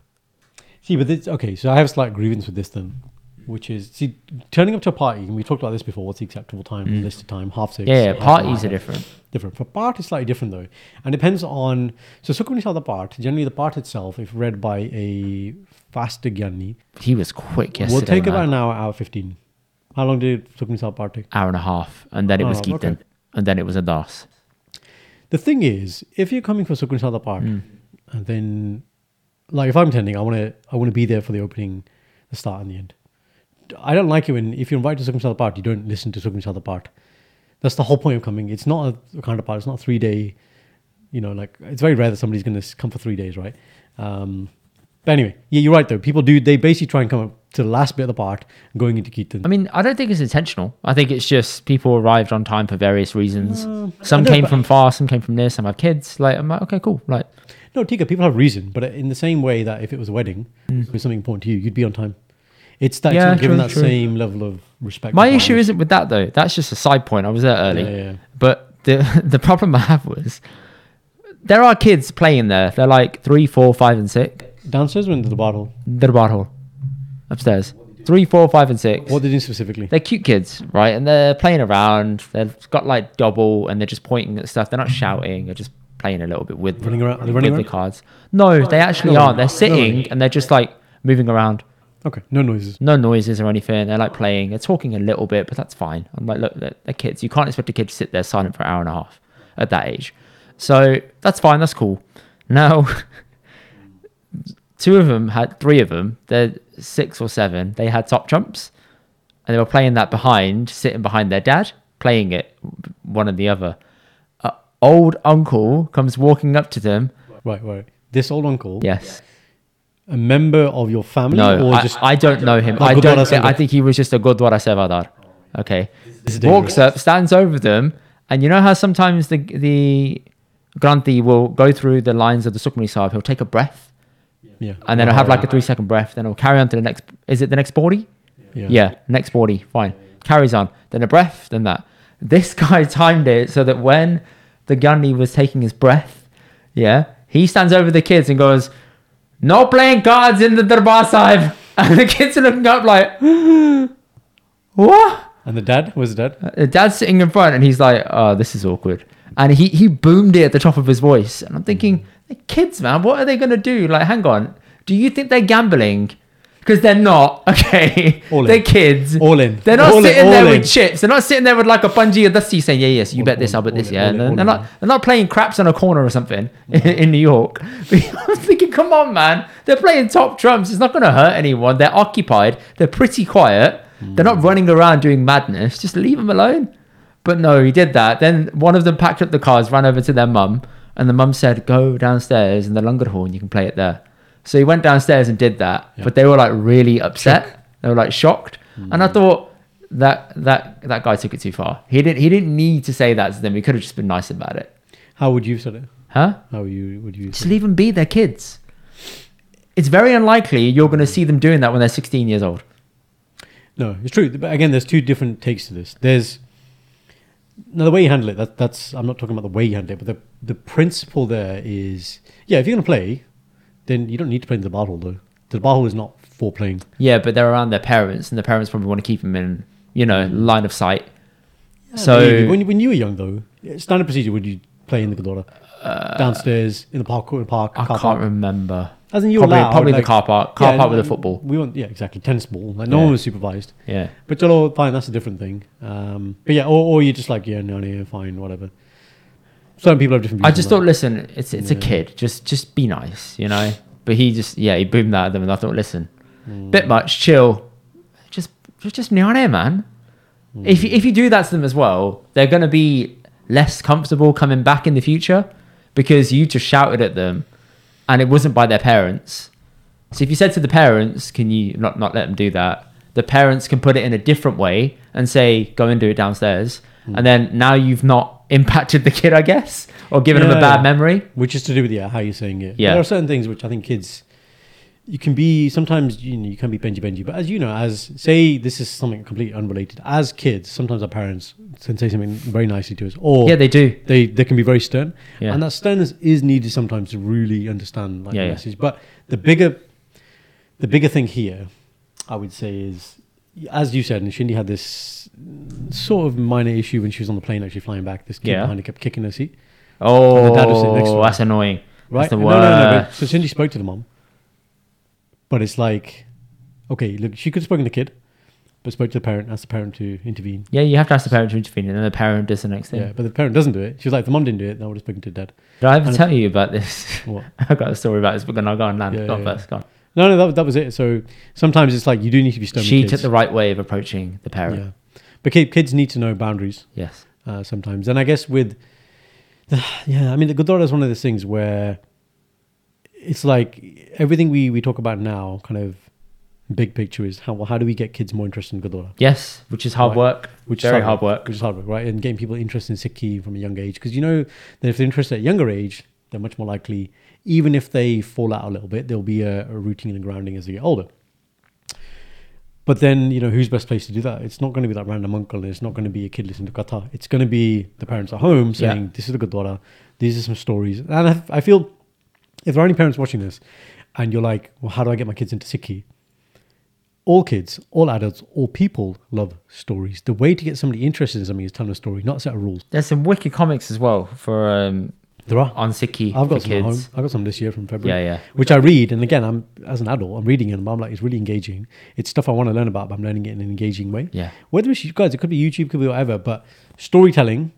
S2: See, but this, okay, so I have a slight grievance with this then, which is, see, turning up to a party, and we talked about this before, what's the acceptable time, listed time, half six.
S1: Mm. Yeah, yeah,
S2: half
S1: parties are
S2: nine.
S1: different.
S2: different. For part is slightly different though, and depends on. So Sukhmani saw the part. Generally, the part itself, if read by a faster Gyani,
S1: He was quick yesterday.
S2: will take
S1: man.
S2: about an hour, hour fifteen. How long did Sukhmani saw part take?
S1: hour and a half, and then it
S2: Oh,
S1: was
S2: okay.
S1: Keaton, and then it was Adas.
S2: The thing is, if you're coming for Sukhmani saw the part, and then, like, if I'm attending, I want to, I want to be there for the opening, the start and the end. I don't like it when if you invite to Sukhmani saw the part, you don't listen to Sukhmani saw the part. That's the whole point of coming. It's not a kind of part. It's not a three day you know, like it's very rare that somebody's going to come for three days, right? Um, but anyway, yeah, you're right though. People do they basically try and come up to the last bit of the part going into Keaton.
S1: I mean, I don't think it's intentional. I think it's just people arrived on time for various reasons. some
S2: Mm, I know,
S1: came
S2: but-
S1: from far, some came from near, some have kids. Like, I'm like, okay, cool. Like,
S2: No, Tika, people have reason, but in the same way that if it was a wedding, it was something important to you, you'd be on time. It's that
S1: Mm. Yeah,
S2: you're not given
S1: true,
S2: that
S1: true.
S2: same level of respect.
S1: my
S2: and
S1: issue
S2: value.
S1: isn't with that though. That's just a side point. I was there early,
S2: Yeah, yeah, yeah.
S1: but the [LAUGHS] the problem I have was there are kids playing there. They're like three, four, five, and six.
S2: downstairs went into the bottle.
S1: They're bar hall upstairs. Three, four, five, and six.
S2: What did you do specifically?
S1: they're cute kids, right? And they're playing around. They've got like double, and they're just pointing at stuff. They're not shouting. They're just playing a little bit with
S2: Running around- are they
S1: with
S2: running
S1: the
S2: around?
S1: cards. No, they actually
S2: No.
S1: aren't. They're
S2: No.
S1: sitting and they're just like moving around.
S2: Okay, no noises.
S1: No noises or anything. They're like playing. They're talking a little bit, but that's fine. I'm like, look, they're, they're kids. You can't expect a kid to sit there silent for an hour and a half at that age. So that's fine. That's cool. Now, [LAUGHS] two of them had, three of them, they're six or seven, they had top trumps and they were playing that behind, sitting behind their dad, playing it, one and the other. A old uncle comes walking up to them.
S2: Right, right. This old uncle,
S1: Yes.
S2: a member of your family,
S1: No,
S2: or
S1: I,
S2: just
S1: I don't know him.
S2: No,
S1: I
S2: Gurdwara
S1: don't. thi- I
S2: Sevadar.
S1: think he was just a Godwara Sevadar. Okay,
S2: This is
S1: walks
S2: dangerous.
S1: up, stands over them, and you know how sometimes the the Granthi will go through the lines of the Sukhmani Sahib. He'll take a breath,
S2: Oh, yeah,
S1: and then he'll have like a three second breath. Then he'll carry on to the next. Is it the next body?
S2: yeah.
S1: Yeah, next body, fine. Carries on. Then a breath, then that. This [LAUGHS] guy timed it so that when the Gandhi was taking his breath, yeah, he stands over the kids and goes, No playing cards in the Darbar Sahib. [LAUGHS] And the kids are looking up like, [GASPS] What?
S2: And the dad was the dad.
S1: The dad's sitting in front and he's like, Oh, this is awkward. And he, he boomed it at the top of his voice. And I'm
S2: Mm.
S1: thinking, "The Kids, man, what are they going to do? Like, hang on. Do you think they're gambling? Because they're not, [LAUGHS] okay?
S2: All in.
S1: they're kids.
S2: All in.
S1: They're not
S2: all
S1: sitting
S2: in,
S1: there
S2: all in.
S1: with chips. They're not sitting there with like a bungee of dusty saying, "Yeah, yes, you
S2: All-
S1: bet this,
S2: all-
S1: I'll bet
S2: all
S1: this."
S2: in,
S1: Yeah,
S2: all in,
S1: they're,
S2: all
S1: they're
S2: in.
S1: not. They're not playing craps on a corner or something [LAUGHS] in, in New York. [LAUGHS] I'm thinking, come on, man. They're playing top trumps. It's not going to hurt anyone. They're occupied. They're pretty quiet. They're
S2: Mm.
S1: not running around doing madness. Just leave them alone. But no, he did that. Then one of them packed up the cards, ran over to their mum, and the mum said, "Go downstairs in the Lungerhorn. You can play it there." So he went downstairs and did that.
S2: Yeah. Mm.
S1: But they were like really upset. They were like shocked, and I thought that that that guy took it too far. He didn't he didn't need to say that to them. He could have just been nice about it,
S2: How would you have said it?
S1: huh?
S2: How you would you?
S1: Just leave them be. They're kids. It's very unlikely you're going to see them doing that when they're 16 years old.
S2: No, it's true. But again, there's two different takes to this. There's now the way you handle it. That, that's I'm not talking about the way you handle it, but the the principle there is yeah. If you're gonna play, then you don't need to play in the battle though. The battle is not for playing.
S1: Yeah, but they're around their parents, and the parents probably want to keep them in you know line of sight. So
S2: Mm. Maybe. when you- when you were young though, standard procedure would you play in the Godora? downstairs in the park, in the park,
S1: Uh, I
S2: car
S1: can't
S2: park.
S1: remember.
S2: As in you
S1: probably
S2: allowed,
S1: probably the
S2: like-
S1: car park, car
S2: Yeah,
S1: park with
S2: no,
S1: a football.
S2: We want yeah, exactly tennis ball. Like no
S1: Yeah.
S2: one was supervised.
S1: Yeah,
S2: But Jolo, fine, that's a different thing. Um, but yeah, or, or you're just like, yeah, no, no, fine, whatever. Certain people have different views.
S1: I just thought,
S2: on
S1: listen, it's it's a
S2: Yeah.
S1: kid. Just just be nice, you know. But he just yeah, he boomed that at them, and I thought, listen,
S2: Mm.
S1: bit much, chill, just just just near on air, man. If you, if you do that to them as well, they're gonna be less comfortable coming back in the future because you just shouted at them, and it wasn't by their parents. So if you said to the parents, "Can you not not let them do that?" The parents can put it in a different way and say, "Go and do it downstairs."
S2: Hmm.
S1: And then now you've not [LAUGHS] impacted the kid, I guess, or given him a
S2: Yeah.
S1: bad memory.
S2: that. which is to do with yeah, how you're saying it. But
S1: Yeah.
S2: there are certain things which I think kids, you can be sometimes you know you can be benji benji, but as you know, as say this is something completely unrelated. As kids, sometimes our parents can say something very nicely to us, or
S1: Yeah, they do.
S2: they they can be very stern,
S1: Yeah.
S2: and that sternness is needed sometimes to really understand like
S1: Yeah,
S2: the
S1: yeah.
S2: message. But the bigger, the bigger thing here, I would say is, as you said, and Shindy had this sort of minor issue when she was on the plane actually flying back. This kid
S1: Yeah.
S2: behind her kept kicking her seat,
S1: Oh,
S2: dad was sitting next to her.
S1: that's annoying.
S2: right?
S1: That's the
S2: No,
S1: worst.
S2: no, no, but- so Shindy spoke to the mom, but it's like, okay, look, she could have spoken to the kid, but spoke to the parent, asked the parent to intervene.
S1: yeah, you have to ask the parent to intervene, and then the parent does the next thing.
S2: Yeah, but the parent doesn't do it. She was like, if the mom didn't do it, then I would have spoken to dad.
S1: Did I ever
S2: And-
S1: tell you about this? [LAUGHS]
S2: What?
S1: I've got a story about this, but then I'll go on land.
S2: Yeah,
S1: go on
S2: yeah,
S1: first. Go on.
S2: No, no, that, that was it. So sometimes it's like you do need to be stern. with
S1: She
S2: kids.
S1: took the right way of approaching the parent.
S2: yeah, but kid, kids need to know boundaries
S1: Yes.
S2: uh, sometimes. And I guess with, [SIGHS] yeah, I mean, the Godora is one of those things where it's like everything we we talk about now, kind of big picture, is how how do we get kids more interested in Godora?
S1: Yes, which is hard
S2: Right.
S1: work. Which
S2: Which
S1: very
S2: is
S1: hard work.
S2: which is hard work, right? And getting people interested in Sikhi from a young age, because you know that if they're interested at a younger age, they're much more likely, even if they fall out a little bit, there'll be a, a routine and grounding as they get older. But then, you know, who's best place to do that? It's not going to be that random uncle, and it's not going to be a kid listening to Qatar. It's going to be the parents at home saying, "This is a good daughter. These are some stories." And I, I feel if there are any parents watching this, and you're like, "Well, how do I get my kids into Sikhi?" all kids, all adults, all people love stories. The way to get somebody interested in something is tell them a story, not a set of rules.
S1: There's some wicked comics as well for um,
S2: There are.
S1: on Siki
S2: I've
S1: for
S2: got some at home.
S1: kids.
S2: I've got some this year from February.
S1: Yeah, yeah.
S2: Which I read, and again, I'm as an adult, I'm reading it, and I'm like, it's really engaging. It's stuff I want to learn about, but I'm learning it in an engaging way.
S1: Yeah.
S2: Whether it's you guys, it could be YouTube, could be whatever, but storytelling,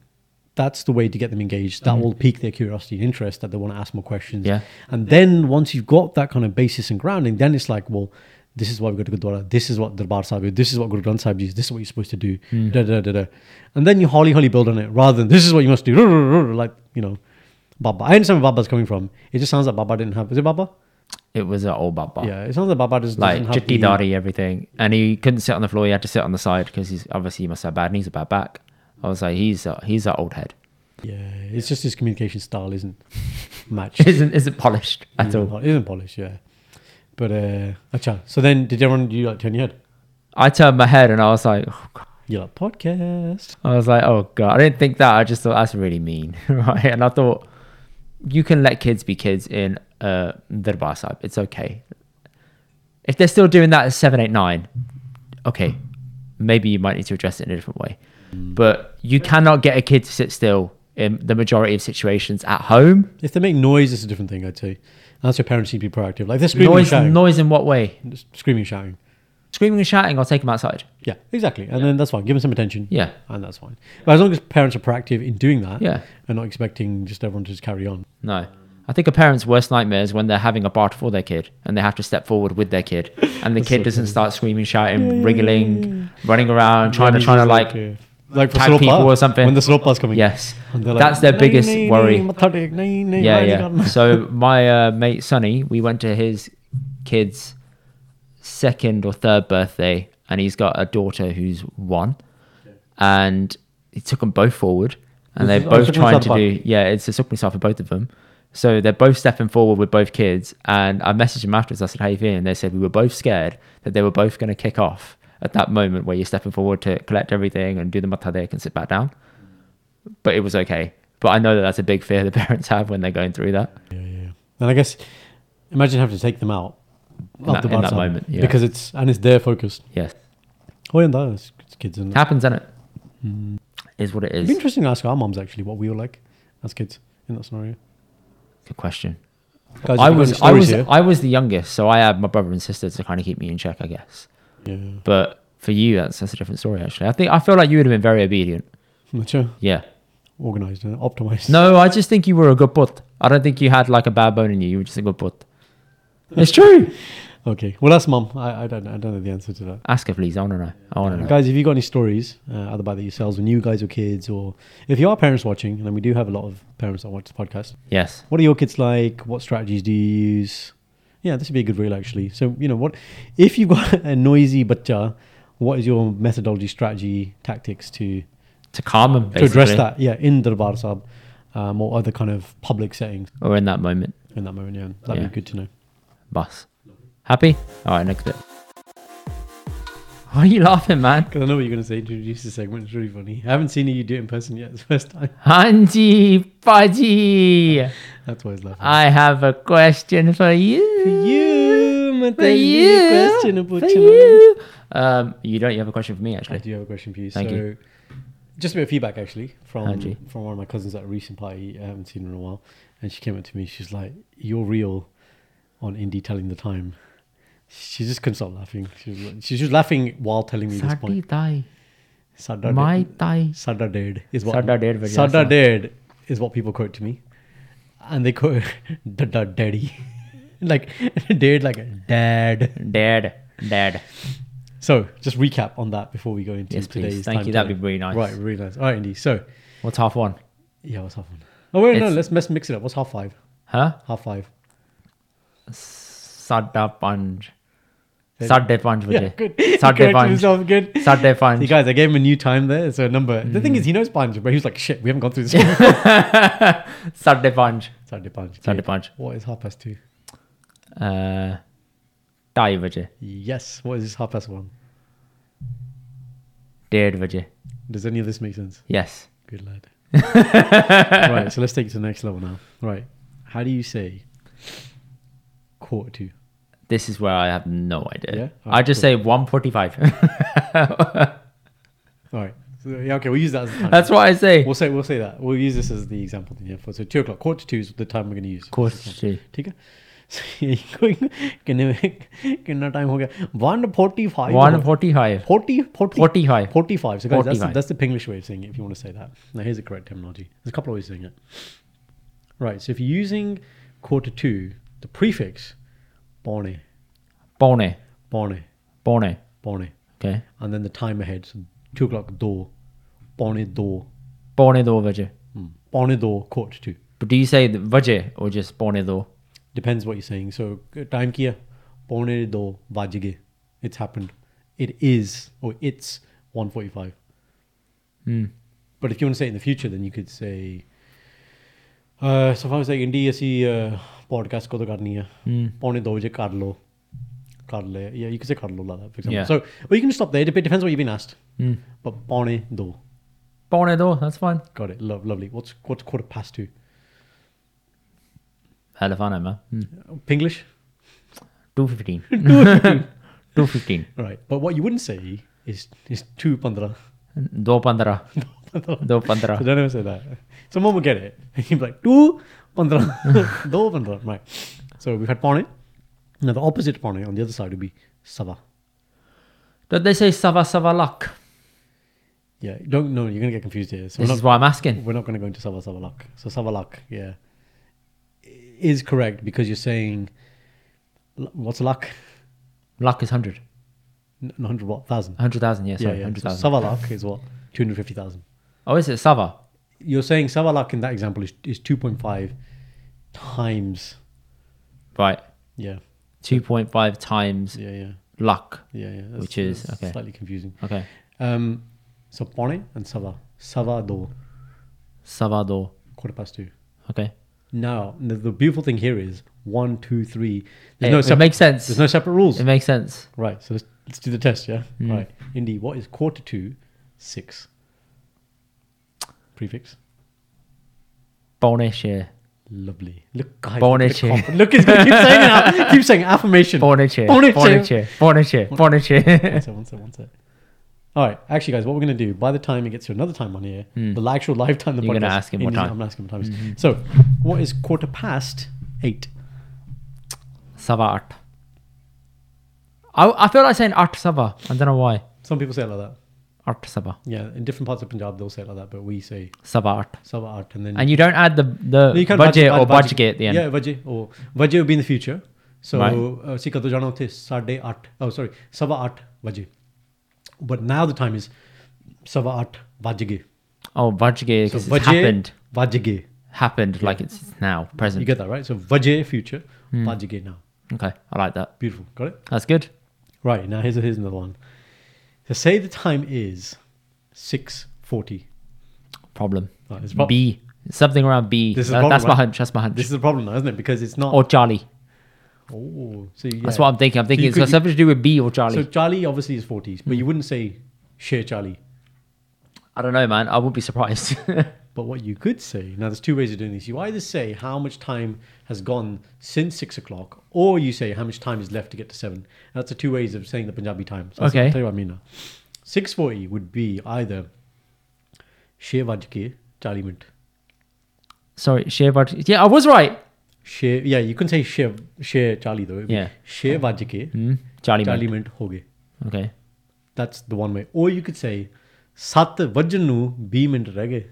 S2: that's the way to get them engaged. That will pique their curiosity and interest that they want to ask more questions.
S1: Mm. Yeah.
S2: And then once you've got that kind of basis and grounding, then it's like, well, this is why we go to Gurdwara. This is what Darbar Sahib is. This is what Guru Granth Sahib is. This is what you're supposed to do.
S1: Mm.
S2: Da, da, da, da. And then you holly holly build on it rather than this is what you must do. Ruh, ruh, ruh, ruh, Like, you know, Baba. I understand where Baba's coming from. It just sounds like Baba didn't have. Is it Baba?
S1: It was an old baba.
S2: Yeah. It sounds like Baba just
S1: Oh. Like
S2: doesn't have.
S1: chitty
S2: the-
S1: daddy, everything, and he couldn't sit on the floor. He had to sit on the side because he's obviously he must have bad knees, a bad back. I was like, he's a, he's that old head. [LAUGHS]
S2: Yeah. It's just his communication style isn't matched.
S1: Isn't isn't polished at all.
S2: Mm. It isn't polished, yeah. But uh acha. So then did everyone you like turn your head?
S1: I turned my head and I was like, oh, God.
S2: You're like podcast.
S1: I was like, oh god, I didn't think that. I just thought that's really mean, [LAUGHS] right? And I thought you can let kids be kids in uh, Darbar Sahib. It's okay. If they're still doing that at seven, eight, nine, okay, maybe you might need to address it in a different way. But you cannot get a kid to sit still in the majority of situations at home.
S2: If they make noise, it's a different thing, I'd say. That's your parents need to be proactive. Like they're screaming and
S1: Noise,
S2: shouting.
S1: noise in what way?
S2: screaming and shouting.
S1: Screaming and shouting. I'll take them outside.
S2: Yeah, exactly. And then that's fine. Give them some attention.
S1: Yeah.
S2: And that's fine. But as long as parents are proactive in doing that
S1: Yeah.
S2: and not expecting just everyone to just carry on.
S1: No. I think a parent's worst nightmare is when they're having a bath for their kid and they have to step forward with their kid and the kid
S2: so
S1: doesn't start screaming, shouting, wriggling, running around, trying to trying to like
S2: yeah. like for
S1: tag
S2: slow
S1: people
S2: pass,
S1: or something.
S2: When the slow pass coming.
S1: yes.
S2: And they're like,
S1: That's their
S2: "Nay,
S1: biggest
S2: nay, nay,
S1: worry.
S2: Matadek, nay, nay,
S1: yeah,
S2: why you
S1: yeah.
S2: got-"
S1: so my uh, mate Sonny, we went to his kid's second or third birthday, and he's got a daughter who's one, and he took them both forward, and
S2: This
S1: they're
S2: is- oh,
S1: both
S2: Sukni
S1: trying to
S2: Saab
S1: do yeah, it's a Sukni Saab for both of them. So they're both stepping forward with both kids, and I messaged them afterwards. I said, "How you feeling?" And they said we were both scared that they were both going to kick off at that moment where you're stepping forward to collect everything and do the matadek and sit back down but it was okay. But I know that that's a big fear [LAUGHS] the parents have when they're going through that.
S2: Yeah, yeah. And I guess imagine having to take them out of
S1: that-
S2: the
S1: in that
S2: WhatsApp
S1: moment, yeah.
S2: because it's and it's their focus.
S1: Yes,
S2: Oh, yeah, that is, it's kids. Isn't
S1: it
S2: it?
S1: happens, doesn't it?
S2: Mm.
S1: Is what it
S2: It'd be
S1: is.
S2: interesting to ask our moms actually what we were like as kids in that scenario.
S1: Good question.
S2: Guys,
S1: I
S2: if you've got
S1: was, I
S2: any stories
S1: was,
S2: here-
S1: I was the youngest, so I had my brother and sister to kind of keep me in check, I guess.
S2: yeah,
S1: But for you, that's that's a different story, actually. I think I feel like you would have been very obedient.
S2: not sure.
S1: Yeah.
S2: Organized, and optimized. [LAUGHS]
S1: No, I just think you were a good put. I don't think you had like a bad bone in you. You were just a good put. It's true.
S2: Okay. Well, that's mom. I, I don't. I don't know the answer to that.
S1: Ask her, please. I want to know. I want to know.
S2: Guys, if you got any stories uh, other about yourselves when you guys were kids, or if you are parents watching, and we do have a lot of parents that watch the podcast,
S1: Yes.
S2: what are your kids like? What strategies do you use? Yeah, this would be a good reel actually. So you know what, if you've got [LAUGHS] a noisy butcher, what is your methodology, strategy, tactics to
S1: To calm them,
S2: to address
S1: basically,
S2: that? Yeah, in Darbar Sab um, or other kind of public settings
S1: or in that moment.
S2: in that moment. Yeah, that'd
S1: Yeah.
S2: be good to know.
S1: Boss. Happy? All right, next bit. Why are you laughing, man?
S2: Because I know what you're going to say. Introduce the segment. It's really funny. I haven't seen you do it in person yet. [LAUGHS] It's the first time.
S1: Hanji Paji,
S2: That's why I was laughing.
S1: I have a question for you.
S2: For you, my
S1: For you. for you. Um, you don't. You have a question for me,
S2: I
S1: actually.
S2: do have a question for you.
S1: Thank
S2: so,
S1: you.
S2: just a bit of feedback actually from
S1: Angie.
S2: from one of my cousins at a recent party I haven't seen her in a while, and she came up to me. She's like, "You're real on indie telling the time." She just couldn't stop laughing. She was, like- she was laughing while telling me this
S1: Sadi
S2: point.
S1: Thai.
S2: Sada
S1: My Thai.
S2: Sada dead is what
S1: Sada Ded, but yeah,
S2: Sada
S1: so-
S2: dead is what people quote to me, and they quote [LAUGHS] Dada daddy, [LAUGHS] like dead like a dad.
S1: Dead. Dead.
S2: So just recap on that before we go into
S1: Yes, please.
S2: today's.
S1: Thank
S2: time
S1: you. That'd
S2: today.
S1: be really nice.
S2: Right, really nice. All right, Indy. So
S1: What's half one?
S2: yeah, what's half one? Oh wait, no,
S1: It's-
S2: let's let's mix it up. What's half five?
S1: Huh?
S2: Half five.
S1: Sada Panj. Sada Panj.
S2: Yeah,
S1: Vijay.
S2: good. You [LAUGHS]
S1: Sada
S2: corrected
S1: Panj.
S2: yourself, Good.
S1: Sada
S2: You
S1: Panj.
S2: guys, I gave him a new time there, so a number. The thing is,
S1: Mm.
S2: he knows Punch, but he was like, "Shit, we haven't gone through this."
S1: Sada Panj.
S2: Saturday Punch.
S1: Sada Panj.
S2: What is half past two?
S1: Uh, Thai Vijay.
S2: Yes. What is half past one?
S1: Dead Vijay.
S2: Does any of this make sense?
S1: Yes.
S2: Good
S1: [LAUGHS]
S2: lad. right, so let's take it to the next level now. Right, how do you say quarter to?
S1: This is where I have no idea.
S2: Yeah?
S1: I just say 145.
S2: All right, So, yeah, okay, we'll use that as the time.
S1: [LAUGHS] That's what I say.
S2: We'll say we'll say that. We'll use this as the example then, yeah. For, so two o'clock, quarter to two is the time we're going to use.
S1: Quarter to two.
S2: ठीक है [LAUGHS] So, ये कोई कितने कितना time हो गया 145
S1: One forty-five.
S2: 40 40
S1: Forty-five.
S2: 45 so guys that's, the,
S1: 45.
S2: that's the Pinglish way of saying it if you want to say that now here's the correct terminology there's a couple of ways of saying it right so if you're using quarter two the prefix bone
S1: Bone.
S2: bone
S1: Bone.
S2: bone
S1: Okay.
S2: and then the time ahead so two o'clock door bone door
S1: Bone though, Vijay.
S2: bone door hmm, quarter two
S1: But do you say the Vijay or just Bone though?
S2: depends what you're saying. So time kiya pone do vajige. It's happened. It is or it's 145. But if you want to say it in the future, then you could say. Uh, so if I was like India, see uh, podcast ko to karni hai. Pone do je kar lo. Kar le. Yeah, you could say kar lo like that, for example.
S1: Yeah.
S2: So or you can just stop there. It dep- depends what you've been asked. But pone do.
S1: Bone though. That's fine.
S2: Got it. Lo- lovely. What's what's quarter past two?
S1: Hell if I know, man.
S2: Pinglish.
S1: Hmm. [LAUGHS] Two fifteen. Two fifteen.
S2: Right. But what you wouldn't say is is two pandra.
S1: Do pandra. Do
S2: [LAUGHS]
S1: [LAUGHS]
S2: So
S1: pandra.
S2: don't ever say that. Someone will get it. [LAUGHS] He'll be like, two pandra, [LAUGHS] do pandra. Right. So we've had pone. Now the opposite to pone on the other side would be sava.
S1: Don't they say sava sava luck?
S2: Yeah. Don't know. You're gonna get confused here. So we're
S1: This
S2: not,
S1: is why I'm asking.
S2: we're not gonna go into sava savalak. So savalak, yeah, is correct because you're saying l- what's luck?
S1: Luck is hundred.
S2: N- Not hundred what thousand.
S1: Hundred thousand. Yeah. Ah, Sorry.
S2: yeah, yeah.
S1: Hundred
S2: So
S1: thousand.
S2: savalak is what two hundred fifty thousand.
S1: oh, is it sava?
S2: You're saying savalak in that example is is two point five times.
S1: Right.
S2: Yeah.
S1: Two point five times
S2: Yeah. Yeah.
S1: luck.
S2: Yeah, yeah. that's-
S1: Which is-
S2: that's
S1: okay.
S2: slightly confusing.
S1: Okay.
S2: Um, so pone and sava, sava do
S1: Sava do.
S2: quarter past two.
S1: Okay.
S2: Now the, the beautiful thing here is one, two, three. There's
S1: It,
S2: no
S1: it
S2: sep-
S1: makes sense.
S2: there's no separate rules.
S1: It Hmm. makes sense.
S2: right. So let's, let's do the test. Yeah. Right. Indy, what is quarter to six? Prefix.
S1: Bonish here.
S2: Lovely. Look, guys.
S1: Bone
S2: look, at the
S1: chair.
S2: conf- look, he's gonna keep saying it. now.
S1: [LAUGHS]
S2: Keep saying affirmation.
S1: Bonish here.
S2: Bonish
S1: Bonish
S2: here.
S1: here. Bonish here. Bonish here.
S2: one sec, one sec, one sec. All right, actually, guys, what we're going to do by the time it gets to another time on here, the actual live time, the
S1: Hmm. You're
S2: podcast,
S1: gonna ask him what
S2: Indies-
S1: time. Mm-hmm.
S2: I'm gonna ask him what time it is. So, what is quarter past eight?
S1: [LAUGHS] Sava at. I, I feel like saying at sava. I don't know why.
S2: Some people say it like that.
S1: At sava.
S2: Yeah, in different parts of Punjab, they'll say it like that, but we say
S1: Sava at.
S2: sava art, and then
S1: And you don't add the the
S2: No, you can't
S1: budget
S2: budge-
S1: or
S2: budge-
S1: budget at the end.
S2: Yeah, vajay or vajay will be in the future. So,
S1: Right.
S2: uh, see kado jana utte sade art. Oh, sorry, sava art vajay. But now the time is sava art vajige.
S1: Oh, budget
S2: So
S1: because it's
S2: vajay,
S1: happened.
S2: vajige.
S1: Happened like it's, it's now
S2: You
S1: present.
S2: get that right? So Vajay future,
S1: Hmm.
S2: Vajay now.
S1: Okay, I like that.
S2: Beautiful. Got it?
S1: That's good.
S2: Right, now here's, here's another one. So say the time is 6.40.
S1: Problem.
S2: Oh, it's a problem.
S1: B. Something around B.
S2: This is a
S1: That-
S2: problem,
S1: that's my
S2: right?
S1: hunch. That's my hunch.
S2: This is the problem now, isn't it? Because it's not...
S1: or Charlie.
S2: oh, so yeah.
S1: That's what I'm thinking. I'm thinking
S2: you
S1: it's
S2: could-
S1: got something to do with B or
S2: So
S1: Charlie.
S2: Charlie obviously is 40s,
S1: Hmm.
S2: but you wouldn't say share Charlie.
S1: I don't know, man. I wouldn't be surprised. [LAUGHS]
S2: But what you could say... Now, there's two ways of doing this. You either say how much time has gone since 6 o'clock, or you say how much time is left to get to 7. That's the two ways of saying the Punjabi time. So that's-
S1: Okay.
S2: I'll tell you what I mean now. 6.40 would be either... Share Vajke, Charlie Mint.
S1: Sorry, share budget. Yeah, I was right.
S2: शेर या you can say शेर शेर चाली दो
S1: Yeah.
S2: शेर बज के
S1: Hmm? Charlie.
S2: Charlie
S1: Charlie.
S2: Minute हो गए
S1: Okay.
S2: That's the one way और यू कैन से सत वजन नु 20 मिनट रह गए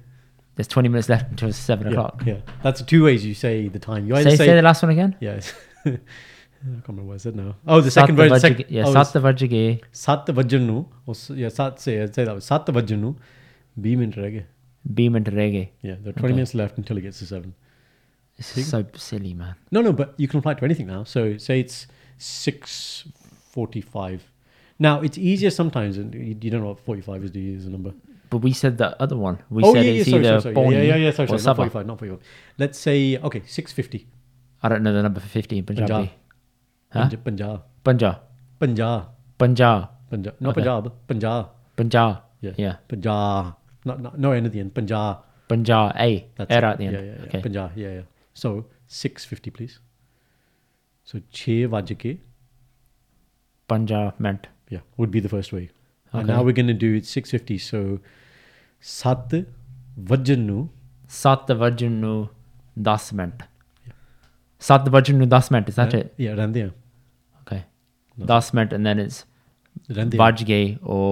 S1: There's 20 minutes left until seven o'clock.
S2: या that's two ways you say the time you
S1: Say,
S2: either
S1: say
S2: say
S1: the last one again.
S2: या [LAUGHS] I can't remember what I said now. Oh, the
S1: Satta
S2: second version.
S1: Vajra-
S2: Sec-
S1: yeah,
S2: oh,
S1: Satta Vajragi,
S2: Sat Vajan nu. Or, s- yeah, Sat say, say that. Sat Vajan nu. B minute reh gaye.
S1: Beam and Reggae.
S2: Yeah, there are 20 minutes left until it gets to 7.
S1: This is so silly, man.
S2: No, no, but you can apply it to anything now. So say it's six forty-five. Now it's easier sometimes, and you, you don't know what forty-five is. Do you as a number?
S1: But we said the other one. We
S2: oh yeah,
S1: said
S2: yeah,
S1: it's
S2: sorry,
S1: either
S2: sorry, sorry. Yeah,
S1: Bonnie
S2: yeah, yeah, sorry,
S1: or
S2: sorry. Not
S1: Sabah.
S2: forty-five, not forty-five. Let's say okay, six fifty.
S1: I don't know the number for 50 in Punjabi.
S2: Punjab.
S1: Huh?
S2: Punjab, Punjab,
S1: Punjab.
S2: Punjab,
S1: Punjab.
S2: Punjab. Not
S1: Okay.
S2: Punjab, Punjab.
S1: Punjab.
S2: Yeah,
S1: Yeah.
S2: Punjab. Not, not no end at the end. Punjab.
S1: Punjab. A.
S2: That's
S1: Era
S2: it.
S1: at the Er end.
S2: Yeah, yeah, yeah.
S1: okay.
S2: Punjab. Yeah, yeah. So six fifty, please. So che vajke.
S1: Punjab meant.
S2: Yeah, would be the first way. And
S1: Okay.
S2: now we're going to do it 650. So ਸੱਤ ਵਜਨ ਨੂੰ
S1: 7 ਵਜਨ ਨੂੰ 10 minute 7 ਵਜਨ ਨੂੰ 10 minute is that it
S2: ਯਾ ਰਹਿੰਦੇ ਆ
S1: okay 10 minute and then it's
S2: ਰਹਿੰਦੇ ਆ
S1: Bajge or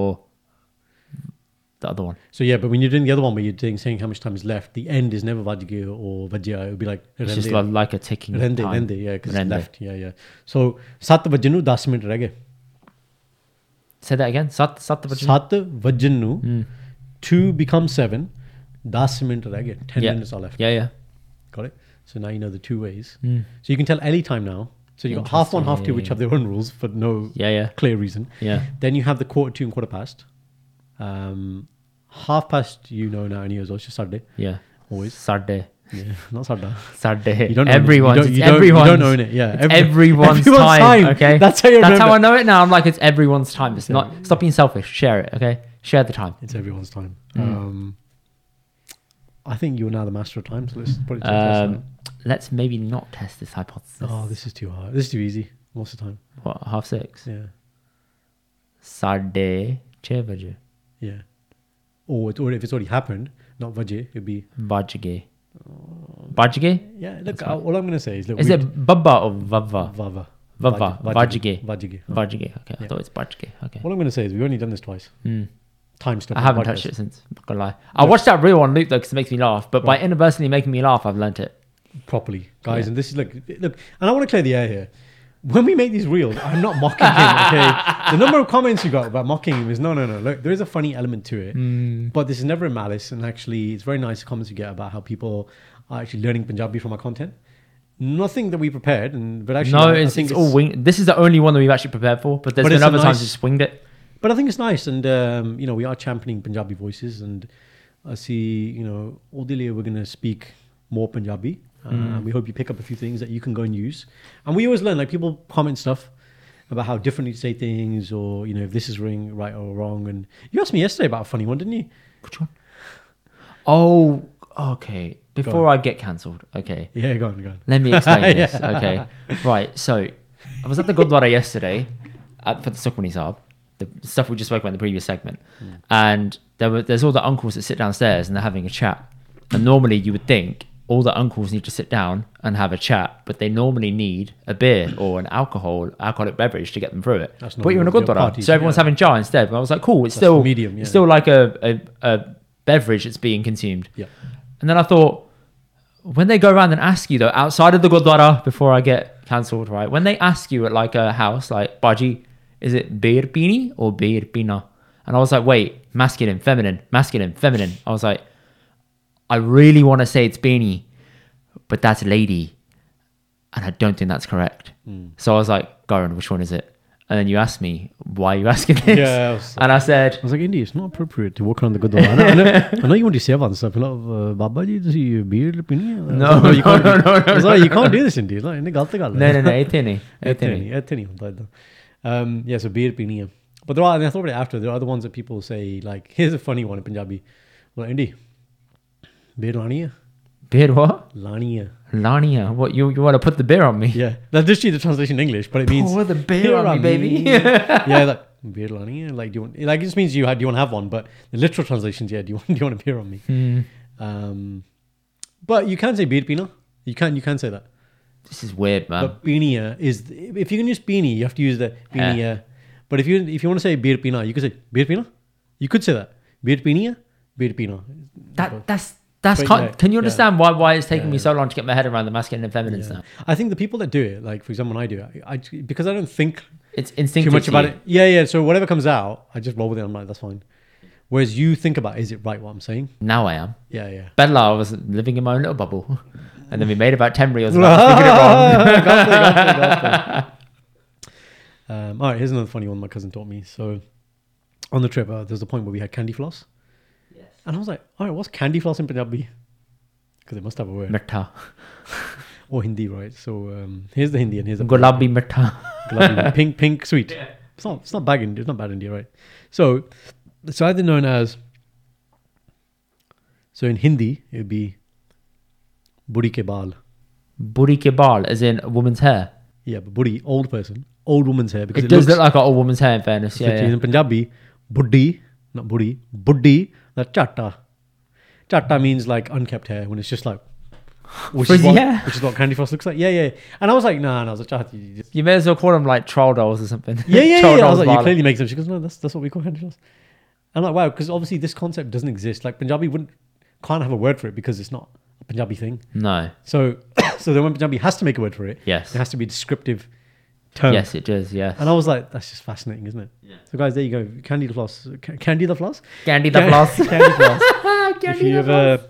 S1: the other one
S2: So yeah, but when you're doing the other one where you're doing saying how much time is left, the end is never Vajgir or Vajya. It would be like
S1: it's just
S2: Rende.
S1: like, like a ticking
S2: Rende,
S1: time.
S2: Rende, yeah, because
S1: Rende.
S2: left, yeah, yeah. So Sat Vajanu, 10 minute ਰਹਿ ਗਏ
S1: say that again sat sat the Bajin-
S2: ਸੱਤ ਵਜਨ
S1: Hmm.
S2: ਨੂੰ 2 become 7 10 minute ਰਹਿ ਗਏ 10
S1: yeah.
S2: minutes are left
S1: yeah yeah
S2: got it so now you know the two ways
S1: Hmm.
S2: so you can tell any time now so you got half one half two which have their own rules for no
S1: yeah yeah
S2: clear reason
S1: yeah
S2: Then you have the quarter to and quarter past. Um, half past, you know now, anyways, it's just Saturday.
S1: yeah
S2: Always.
S1: Saturday
S2: Yeah, [LAUGHS] not Saturday.
S1: Saturday
S2: You don't own it. You
S1: everyone's
S2: don't-
S1: it's
S2: you don't- you
S1: everyone's
S2: don't own it, yeah.
S1: it's
S2: Every-
S1: everyone's,
S2: everyone's
S1: time,
S2: time.
S1: okay
S2: [LAUGHS] That's how you
S1: that's how I
S2: remember.
S1: know it now I'm like it's everyone's time it's not stop being selfish share it okay share the time
S2: It's everyone's time.
S1: Hmm.
S2: Um, I think you're now the master of time, so let's put it to the test
S1: um, let's maybe not test this hypothesis
S2: now. Oh, this is too hard. This is too easy most of the time.
S1: what half six
S2: Yeah,
S1: Saturday chair budget
S2: yeah. Or, it's, or if it's already happened, not Vajay, it'd be.
S1: Bajge. Bajge?
S2: Yeah, look, I, all I'm going to say is. Look,
S1: Is
S2: we-
S1: it Baba or Vava?
S2: Vava.
S1: Vava.
S2: Vajay.
S1: Vajge.
S2: Vajay.
S1: Bajge. Okay, I
S2: Oh. Yeah.
S1: thought it's Bajge. Okay.
S2: All I'm going to say is we've only done this twice. Time stuff.
S1: Hmm. I haven't touched it since. Not gonna lie. I watched that reel on loop though because it makes me laugh. But by inadvertently making me laugh, I've learnt it.
S2: properly, guys.
S1: Yeah.
S2: And this is like, look, and I want to clear the air here. When we make these reels, I'm not mocking him. Okay, the number of comments you got about mocking him is no, no, no. Look, there is a funny element to it,
S1: Hmm.
S2: but this is never a malice. And actually, it's very nice comments you get about how people are actually learning Punjabi from our content. Nothing that we prepared, and but actually,
S1: no,
S2: I- I
S1: it's,
S2: think
S1: it's all wing. This is the only one that we've actually prepared for. But there's
S2: But
S1: been
S2: it's a
S1: other times we
S2: nice-
S1: swinged it.
S2: But I think it's nice, and um, you know, we are championing Punjabi voices, and I see, you know, all the year we're going to speak more Punjabi. Uh, We hope you pick up a few things that you can go and use. And we always learn, like people comment stuff about how differently to say things, or you know, if this is ring right or wrong. And you asked me yesterday about a funny one, didn't you?
S1: Which one? Oh, okay. Before I get cancelled, okay.
S2: Yeah, go on, go on.
S1: Let me explain
S2: [LAUGHS] Yeah.
S1: this. Okay. Right. So I was at the Gurdwara yesterday at, for the Sukhmani Sahib, the stuff we just spoke about in the previous segment. And there were, there's all the uncles that sit downstairs and they're having a chat. And normally you would think all the uncles need to sit down and have a chat, but they normally need a beer or an alcohol, alcoholic beverage to get them through it.
S2: That's
S1: but you're in a
S2: normal, your
S1: Gurdwara.
S2: parties,
S1: So everyone's
S2: yeah.
S1: having chai instead. But I was like, cool, it's still
S2: medium, yeah.
S1: It's still like a, a, a beverage that's being consumed.
S2: Yeah.
S1: And then I thought, when they go around and ask you though, outside of the Gurdwara, before I get cancelled, right? When they ask you at like a house, like Baji, is it beer pini or beer pina? And I was like, wait, masculine, feminine, masculine, feminine. I was like, I really want to say it's beanie, but that's lady, and I don't think that's correct.
S2: Hmm.
S1: So I was like, Goran, which one is it? And then you asked me, why are you asking this?
S2: Yeah, I was-
S1: and I said,
S2: [LAUGHS] I was like, Indy, it's not appropriate to walk around the Gurdwara. I know, I know, I know you want to say about stuff. A lot of uh, Baba ji, does he beard? pinni?" I was
S1: No,
S2: like,
S1: [LAUGHS] no,
S2: you can't do-
S1: no, no,
S2: I was
S1: no,
S2: like, you
S1: no,
S2: can't do this, Indy. It's Like, "Indy, galat gal hai."
S1: no, no, no, etini, etini.
S2: Etini, Etini ਹੁੰਦਾ ਏਦਾਂ। Um, yeah, so beer piniya. But there are, and I thought about it after, there are the ones that people say, like, here's a funny one in Punjabi. Well, Indy, beer laniya?
S1: Beer what?
S2: Laniya.
S1: Lania, what you you want to put the beer on me?
S2: Yeah, that's literally the translation in English, but it means.
S1: Pour the beer
S2: "Here
S1: on
S2: I
S1: me, baby."
S2: mean. [LAUGHS] yeah, like, beer laniya? Like, do you want, like, it just means you had, do you want to have one, but the literal translations, yeah, do you want, [LAUGHS] do you want a beer on me? Um, but you can say beer pina. You can, you can say that.
S1: This is weird, man.
S2: But pinia is if you can use pini, you have to use the
S1: Yeah.
S2: pinia. But if you if you want to say beer pina, you could say beer pina. You could say that beer pinia, beer pina.
S1: that that's that's
S2: But
S1: can
S2: yeah,
S1: can you
S2: yeah.
S1: understand why why it's taking me
S2: Yeah.
S1: so long to get my head around the masculine and feminine
S2: Yeah.
S1: stuff?
S2: I think the people that do it, like for example, when I do it, I, I- because I don't think
S1: It's
S2: too
S1: instinctive.
S2: much
S1: to
S2: about
S1: you.
S2: it. Yeah, yeah. So whatever comes out, I just roll with it. I'm like, that's fine. Whereas you think about, is it right what I'm saying?
S1: Now I am.
S2: Yeah, yeah.
S1: Bella, I was living in my own little bubble, [LAUGHS] and then we made about ten reels about speaking it wrong.
S2: [LAUGHS] Um, all right, here's another funny one my cousin taught me. So, on the trip, uh, there's a point where we had candy floss.
S1: Yes.
S2: And I was like, all right, what's candy floss in Punjabi? Because it must have a
S1: [LAUGHS]
S2: word.
S1: Mitta,
S2: Or Hindi, right? So, um, here's the Hindi and here's the
S1: gulabi mitta. [LAUGHS]
S2: Gulabi. pink, pink, sweet. It's not, it's not bad India. It's not bad India, right? So, it's either known as. So, in Hindi, it would be. Budi ke baal.
S1: Buri ke baal, as in a woman's hair.
S2: Yeah, but budi, old person, old woman's hair. Because
S1: It,
S2: it,
S1: does look
S2: looks,
S1: like an old woman's hair, in fairness. Yeah,
S2: literally
S1: yeah.
S2: in Punjabi, buddhi, not buddhi, buddhi, Now, chatta. Chatta means like unkept hair when it's just like. Which is,
S1: Frizzy
S2: what,
S1: hair.
S2: which is what Candy Floss looks like. Yeah, yeah. And I was like, nah, nah, I was like, chatta. you just-
S1: You may as well call them like troll dolls or something. [LAUGHS]
S2: Yeah, yeah,
S1: Troll
S2: yeah. I
S1: dolls
S2: was like,
S1: Bali.
S2: you clearly make them. She goes, no, that's, that's what we call Candy Floss. I'm like, wow, because obviously this concept doesn't exist. Like, Punjabi wouldn't, can't have a word for it because it's not a Punjabi thing.
S1: No.
S2: So, [COUGHS] so then when Punjabi has to make a word for it,
S1: Yes.
S2: it has to be a descriptive term.
S1: Yes, it does. Yes.
S2: And I was like, that's just fascinating, isn't it? Yeah. So, guys, there you go. Candy the floss. Ca- Candy the floss.
S1: Candy the
S2: Ca-
S1: floss.
S2: [LAUGHS] Candy floss. if
S1: [LAUGHS] Candy
S2: you
S1: the floss.
S2: ever,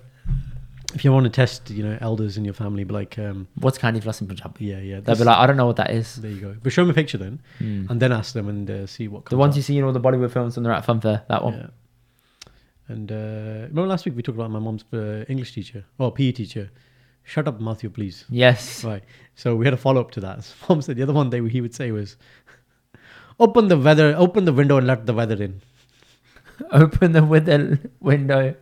S2: if you want to test, you know, elders in your family, but like, um,
S1: What's candy floss in Punjab?
S2: yeah, yeah.
S1: They'll
S2: this-
S1: be like, I don't know what that is.
S2: there you go. But show them a picture then, and then ask them and uh, see what. Comes
S1: The ones
S2: up.
S1: you see in all the Bollywood films when they're at funfair. That one.
S2: Yeah. And uh, remember last week we talked about my mom's uh, English teacher, well, PE teacher. Shut up,
S1: [LAUGHS]
S2: Matthew, please.
S1: Yes.
S2: Right. So we had a follow up to that. [LAUGHS] So Mom said the other one that he would say was, "Open the weather, open the window and let the weather in."
S1: Open the weather window.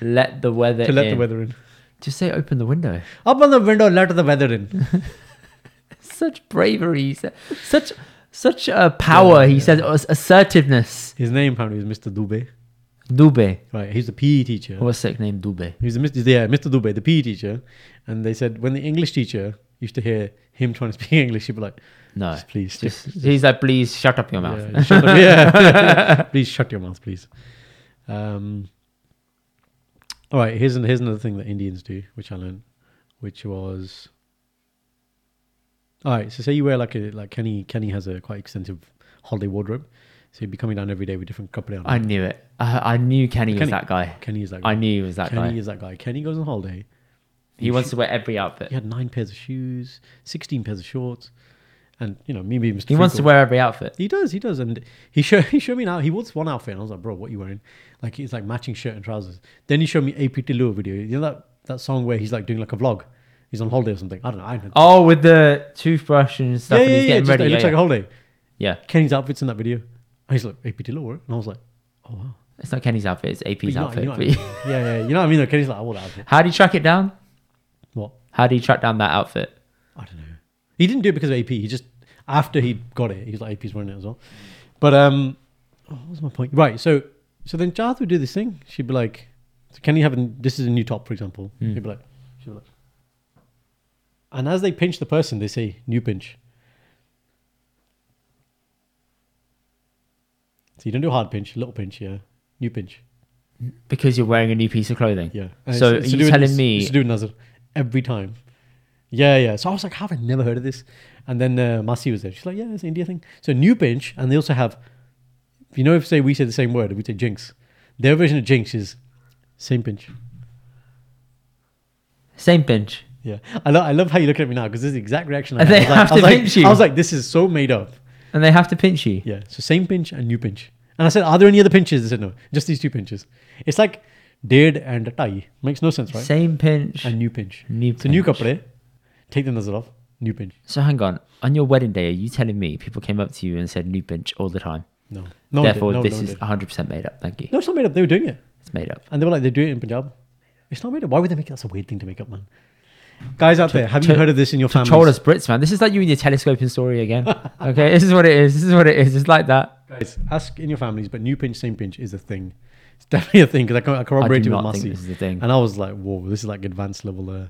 S1: Let the weather
S2: to let the
S1: in.
S2: weather in.
S1: Just say open the window. [LAUGHS]
S2: Open the window, let the weather in. [LAUGHS]
S1: Such bravery. su- Such such uh, power.
S2: Yeah,
S1: he
S2: yeah.
S1: says ass- assertiveness.
S2: His name apparently was Mr. Dubey.
S1: Dube.
S2: Right. He's the PE teacher.
S1: What's sick name? Dube.
S2: He's the Mr. Yeah, Mr. Dubey, the PE teacher. And they said when the English teacher used to hear him trying to speak [LAUGHS] English, she'd be like,
S1: No.
S2: "Just please,
S1: Just,
S2: just,
S1: he's like, please shut up your mouth. [LAUGHS]
S2: Yeah, shut up. yeah. please shut your mouth, please. Um, all right, here's an, here's another thing that Indians do, which I learned, which was. All right, so say you wear like a like Kenny. Kenny has a quite extensive holiday wardrobe, so you'd be coming down every day with different couple.
S1: I knew it. I, I knew Kenny, was
S2: Kenny.
S1: that guy.
S2: Kenny is that guy.
S1: I knew he was that
S2: Kenny
S1: guy.
S2: is that guy. Kenny goes on holiday.
S1: He wants to wear every outfit.
S2: He had nine pairs of shoes, sixteen pairs of shorts, and you know me being Mr.
S1: He wants
S2: Freakle.
S1: to wear every outfit.
S2: He does, he does, and he showed [LAUGHS] he showed me now. He wore this one outfit, and I was like, "Bro, what you wearing?" Like he's like matching shirt and trousers. Then he showed me AP Lua video. You know that that song where he's like doing like a vlog. He's on holiday or something. I don't know. I don't know.
S1: Oh, with the toothbrush and stuff,
S2: yeah,
S1: and
S2: yeah,
S1: he's
S2: yeah.
S1: getting
S2: Just,
S1: ready.
S2: it
S1: yeah,
S2: looks like
S1: yeah.
S2: a holiday.
S1: Yeah.
S2: Kenny's outfits in that video. And he's like AP Lua, and I was like, "Oh wow."
S1: it's not Kenny's outfit; it's
S2: But
S1: AP's
S2: you know-
S1: outfit.
S2: you know what I
S1: but-
S2: mean? yeah, yeah. You know what I mean? Though? Kenny's like, "I wore that outfit."
S1: [LAUGHS] How do you track it down?
S2: What?
S1: How do you track down that outfit?
S2: I don't know. He didn't do it because of AP. He just after he got it, he was like AP's wearing it as well. But um, oh, what was my point? Right. So so then Jarth would do this thing. She'd be like, so "Can you have a, this is a new top, for example?" He'd be like, "She'd be like." And as they pinch the person, they say "new pinch." So you don't do hard pinch, little pinch, yeah, new pinch,
S1: Because you're wearing a new piece of clothing.
S2: yeah.
S1: Uh, So
S2: to
S1: you're
S2: do with-
S1: telling
S2: it's-
S1: me-
S2: it's to do with Nazar every time? Yeah, yeah. So I was like, have I never heard of this? And then uh, Masi was there. She's like, yeah, it's an India thing. So new pinch, and they also have, you know, if say we say the same word, we say jinx. Their version of jinx is same pinch.
S1: Same pinch.
S2: Yeah, I love, I love how you look at me now because this is the exact reaction I
S1: And
S2: had.
S1: [LAUGHS] they
S2: I
S1: have
S2: was like, I was
S1: to
S2: like-
S1: pinch you.
S2: I was like, this is so made up.
S1: And they have to pinch you.
S2: Yeah. So same pinch and new pinch. And I said, are there any other pinches? They said no, just these two pinches. It's like did and tie. Makes no sense, right?
S1: Same pinch.
S2: And new pinch.
S1: New
S2: So new
S1: pinch.
S2: couple, eh? take the nazar off, new pinch.
S1: So hang on. On your wedding day, are you telling me people came up to you and said new pinch all the time?
S2: No. No, one did.
S1: Therefore,
S2: no,
S1: this
S2: no one
S1: is
S2: did.
S1: 100% made up. Thank you.
S2: No, it's not made up. They were doing it.
S1: It's made up.
S2: And they were like, they do it in Punjab. It's not made up. Why would they make it? That's a weird thing to make up, man. Guys out there, have you
S1: to-
S2: heard of this in your
S1: Troll
S2: family?
S1: us Brits, man. This is like you and your telescoping story
S2: [LAUGHS]
S1: again. okay, this is what it is. This is what it is. It's like that.
S2: Guys, ask in your families, but new pinch, same pinch is a thing. It's definitely a thing because I, co- I corroborated with
S1: not think this is a
S2: Masi.
S1: thing.
S2: And I was like, whoa, this is like advanced level. Uh,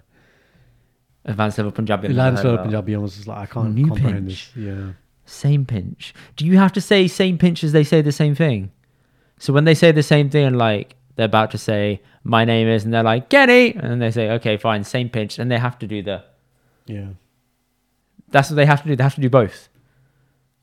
S1: Advanced level Punjabi. I've never
S2: advanced
S1: heard
S2: level
S1: about.
S2: Punjabi. I was just like, I can't
S1: New
S2: comprehend
S1: pinch.
S2: this. Yeah.
S1: Same pinch. Do you have to say same pinch as they say the same thing? So when they say the same thing, and like they're about to say my name is, and they're like Kenny, and then they say okay, fine, same pinch, and they have to do the.
S2: Yeah.
S1: That's what they have to do. They have to do both.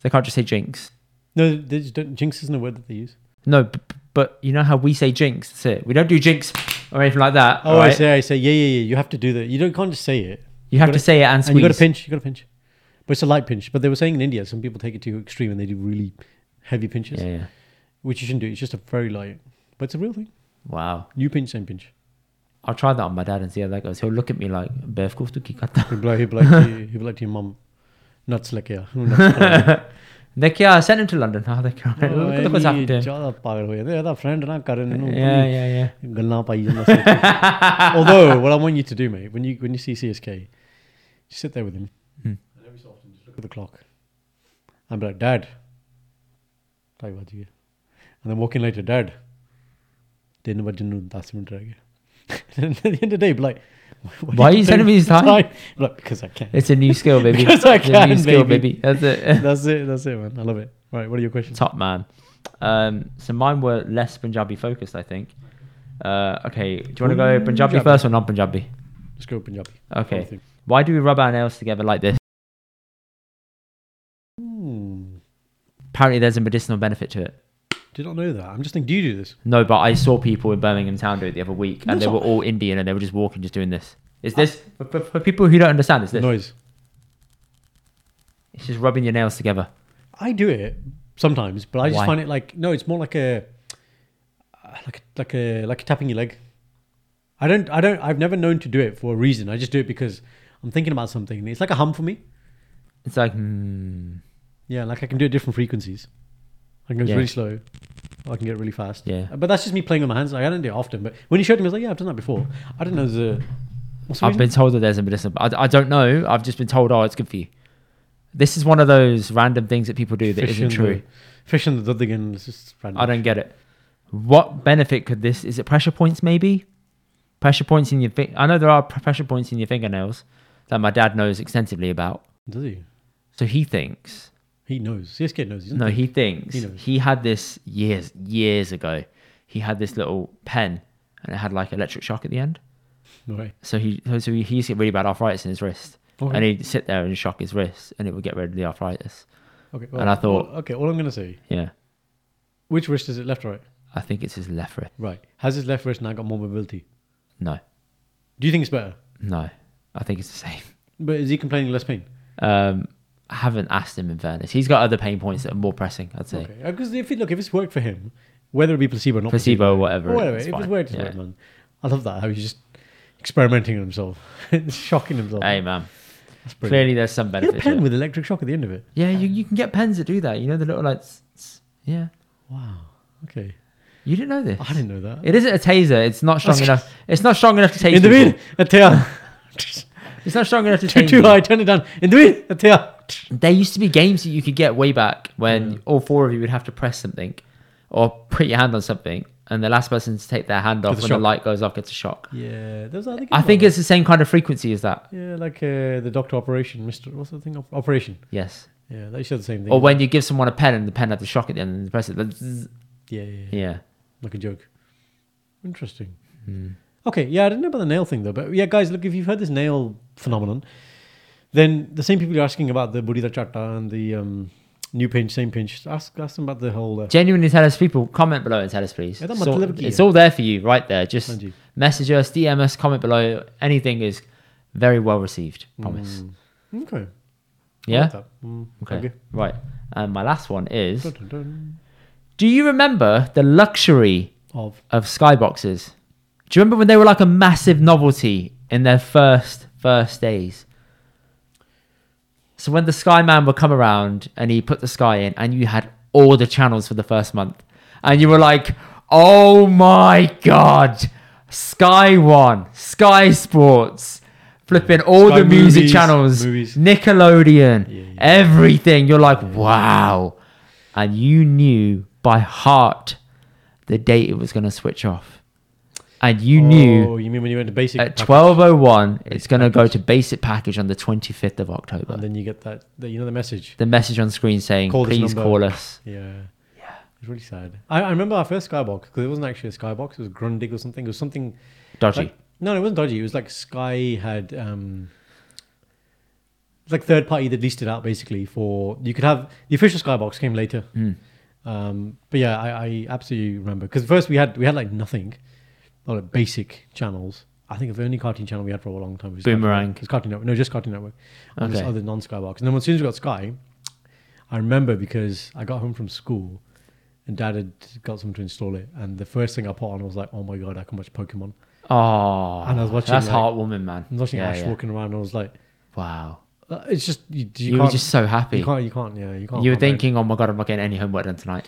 S1: They can't just say jinx.
S2: No, they just don't, jinx isn't a word that they use.
S1: No, b- b- but you know how we say jinx. That's it. We don't do jinx or anything like that.
S2: Oh, I
S1: right?
S2: say, I say, yeah, yeah, yeah. You have to do that. You don't can't just say it.
S1: You have
S2: gotta-
S1: to say it and
S2: And you
S1: squeeze.
S2: got to pinch. You got to pinch. But it's a light pinch. But they were saying in India, some people take it to extreme and they do really heavy pinches,
S1: Yeah, yeah.
S2: which you shouldn't do. It's just a very light. But it's a real thing.
S1: Wow.
S2: You pinch, same pinch.
S1: I'll try that on my dad and see how that goes. He'll look at me like, "Bev, kuf tu ki
S2: [LAUGHS]
S1: karta?"
S2: He'll be like, he'll be like,
S1: [LAUGHS]
S2: to, you- he'll be like to your mum, nuts like [LAUGHS] yeah. Look
S1: They care. I sent him to London. [LAUGHS] How they care.
S2: Oh,
S1: Look at what's happened to him.
S2: friend na Karan nu
S1: Yeah, yeah, yeah.
S2: ਗੱਲਾਂ ਪਾਈ ਜਾਂਦਾ ਸਿਰ ਤੇ। Although, what I want you to do, mate, when you when you see CSK, just sit there with him.
S1: Hmm.
S2: And every so often, just look at the clock. And be like, Dad. Talk about you. And then walk in later, Dad. ਤਿੰਨ ਵਜੇ ਨੂੰ 10 minute ਰਹਿ ਗਏ and [LAUGHS] at the end of the day like
S1: Why are you telling me this time?
S2: like because I can
S1: It's a new skill, baby.
S2: [LAUGHS] Because I
S1: It's a new
S2: can,
S1: skill,
S2: baby.
S1: baby. That's it.
S2: [LAUGHS] that's it that's it man I love it right what are your questions
S1: Top man. Um, so mine were less Punjabi focused, I think. Uh, okay, do you want to go Punjabi
S2: Punjabi.
S1: first or non-Punjabi?
S2: let's go Punjabi
S1: Okay.
S2: Something.
S1: Why do we rub our nails together like this?
S2: Hmm.
S1: Apparently, there's a medicinal benefit to it.
S2: did not know that I'm just thinking do you do this
S1: No, but I saw people in Birmingham Town do it the other week, and
S2: No,
S1: they
S2: so-
S1: were all Indian, and they were just walking, just doing this. Is this for, for- for people who don't understand? Is this?
S2: noise
S1: It's just rubbing your nails together.
S2: I do it sometimes, but I just
S1: Why?
S2: find it like no, it's more like a like a, like a like a tapping your leg. I don't I don't I've never known to do it for a reason. I just do it because I'm thinking about something. It's like a hum for me.
S1: It's like, hmm,
S2: Yeah, like I can do it different frequencies. I can go
S1: Yeah.
S2: really slow. Or I can get really fast. Uh,
S1: Yeah.
S2: But that's just me playing on my hands. Like, I don't do it often. But when you showed me, I was like, yeah, I've done that before. I didn't know the. What's the
S1: I've
S2: reason?
S1: been told that there's a medicinal. I, I don't know. I've just been told, oh, it's good for you. This is one of those random things that people do that
S2: Fish
S1: not
S2: in
S1: true.
S2: The, fish in the dud again. It's just random.
S1: I don't get it. What benefit could this? Is it pressure points? Maybe pressure points in your. Fi- I know there are pr- pressure points in your fingernails that my dad knows extensively about.
S2: Does he?
S1: So he thinks.
S2: He knows. CSK knows. He doesn't
S1: No,
S2: think.
S1: he thinks
S2: He
S1: he,
S2: knows.
S1: had this years years ago. He had this little pen, and it had like electric shock at the end.
S2: No way.
S1: So he so he, he used to get really bad arthritis in his wrist,
S2: Okay.
S1: and he'd sit there and shock his wrist, and it would get rid of the arthritis.
S2: Okay.
S1: And I thought-
S2: well, okay, all I'm going to say,
S1: Yeah,
S2: which wrist is it left or right?
S1: I think it's his left wrist.
S2: Right. Has his left wrist now got more mobility?
S1: No,
S2: Do you think it's better?
S1: no, I think it's the same. [LAUGHS]
S2: But is he complaining less pain?
S1: Um, I haven't asked him in fairness. He's got other pain points that are more pressing. I'd say
S2: Okay. Because if it, look, if it's worked for him, whether it be placebo or not,
S1: placebo or whatever.
S2: or whatever,
S1: it's
S2: if it's
S1: fine.
S2: worked, it's
S1: Yeah.
S2: worked, man. I love that how he's just experimenting on himself, [LAUGHS] shocking himself.
S1: Hey man,
S2: That's brilliant.
S1: clearly there's some
S2: He had a
S1: benefit.
S2: pen
S1: to it.
S2: with electric shock at the end of it.
S1: Yeah, you, you can get pens that do that. You know the little like, s- s- yeah.
S2: Wow. Okay.
S1: You didn't know this.
S2: I didn't know that.
S1: It isn't a taser. It's not strong
S2: That's-
S1: enough. It's not strong enough to tase.
S2: In the
S1: people.
S2: wind, a tail.
S1: [LAUGHS]
S2: Just
S1: It's not strong enough
S2: [LAUGHS]
S1: to
S2: too,
S1: tase.
S2: [LAUGHS] too
S1: you.
S2: high, turn it down. In the wind, a tail.
S1: There used to be games that you could get way back when all four of you would have to press something, or put your hand on something, and the last person to take their hand off
S2: a
S1: when the
S2: shock.
S1: light goes off gets a shock.
S2: Yeah, there's other
S1: I
S2: game
S1: think
S2: like
S1: it's the same kind of frequency as that.
S2: that. yeah, like uh, the Doctor Operation, Mister. What's the thing? Op- Operation.
S1: Yes.
S2: Yeah, they said the same thing.
S1: Or when you give someone a pen and the pen had the shock at the end and the press it. zzz.
S2: yeah, yeah, yeah,
S1: Yeah.
S2: like a joke. Interesting.
S1: Hmm.
S2: Okay, yeah, I didn't know about the nail thing though, but yeah, guys, look, if you've heard this nail phenomenon, then the same people you're asking about the Buddhida Chatta and the um, new pinch, same pinch, ask ask them about the whole. Uh,
S1: Genuinely tell us, people, comment below and tell us, please.
S2: Yeah, that
S1: It's
S2: might
S1: all,
S2: deliver key,
S1: it's
S2: yeah.
S1: all there for you right there. Just
S2: Thank you.
S1: message us, DM us, comment below. Anything is very well received. Promise.
S2: Mm. okay. I like
S1: Yeah?
S2: that. Mm,
S1: Okay. Right. And my last one is
S2: Dun, dun, dun.
S1: Do you remember the luxury
S2: Of
S1: of skyboxes? Do you remember when they were like a massive novelty in their first first days? So when the Skyman would come around and he put the sky in and you had all the channels for the first month and you were like, "Oh my god. Sky 1, Sky Sports, flipping all
S2: Sky
S1: the music
S2: Movies,
S1: channels,
S2: movies.
S1: Nickelodeon,
S2: Yeah, yeah.
S1: everything. You're like, wow. And you knew by heart the date it was going to switch off. And you
S2: Oh,
S1: knew
S2: you mean when you went to basic
S1: at
S2: package
S1: 12.01 it's going to go to basic package on the 25th of
S2: and
S1: October.
S2: then you get that, that you know the message.
S1: The message on screen saying,
S2: Call this
S1: please
S2: number."
S1: call us.
S2: Yeah. Yeah. It's really sad. I, I remember our first skybox because it wasn't actually a skybox. It was Grundig or something. It was something
S1: Dodgy.
S2: Like, no, it wasn't dodgy. It was like Sky had um, it's like third party that leased it out basically for you could have the official Skybox came later.
S1: Hmm.
S2: Um, but yeah, I, I absolutely remember because first we had we had like nothing, or like basic channels. I think the only cartoon channel we had for a long time was Cartoon
S1: Boomerang.
S2: Network. It was Cartoon Network. No, just Cartoon Network. And this
S1: Okay.
S2: other non Skybox. And then as soon as we got Sky, I remember because I got home from school and dad had got someone to install it. And the first thing I put on was like, oh my God, I can watch Pokemon.
S1: oh,
S2: And I was watching,
S1: that's
S2: like-
S1: heartwarming, man.
S2: I was watching
S1: Yeah,
S2: Ash
S1: yeah.
S2: walking around. and I was like,
S1: Wow.
S2: uh, it's just you, you,
S1: You, were
S2: can't.
S1: just so happy.
S2: you can't. You can't. Yeah, you can't.
S1: You were
S2: have it.
S1: thinking, oh my god, I'm not getting any homework done tonight.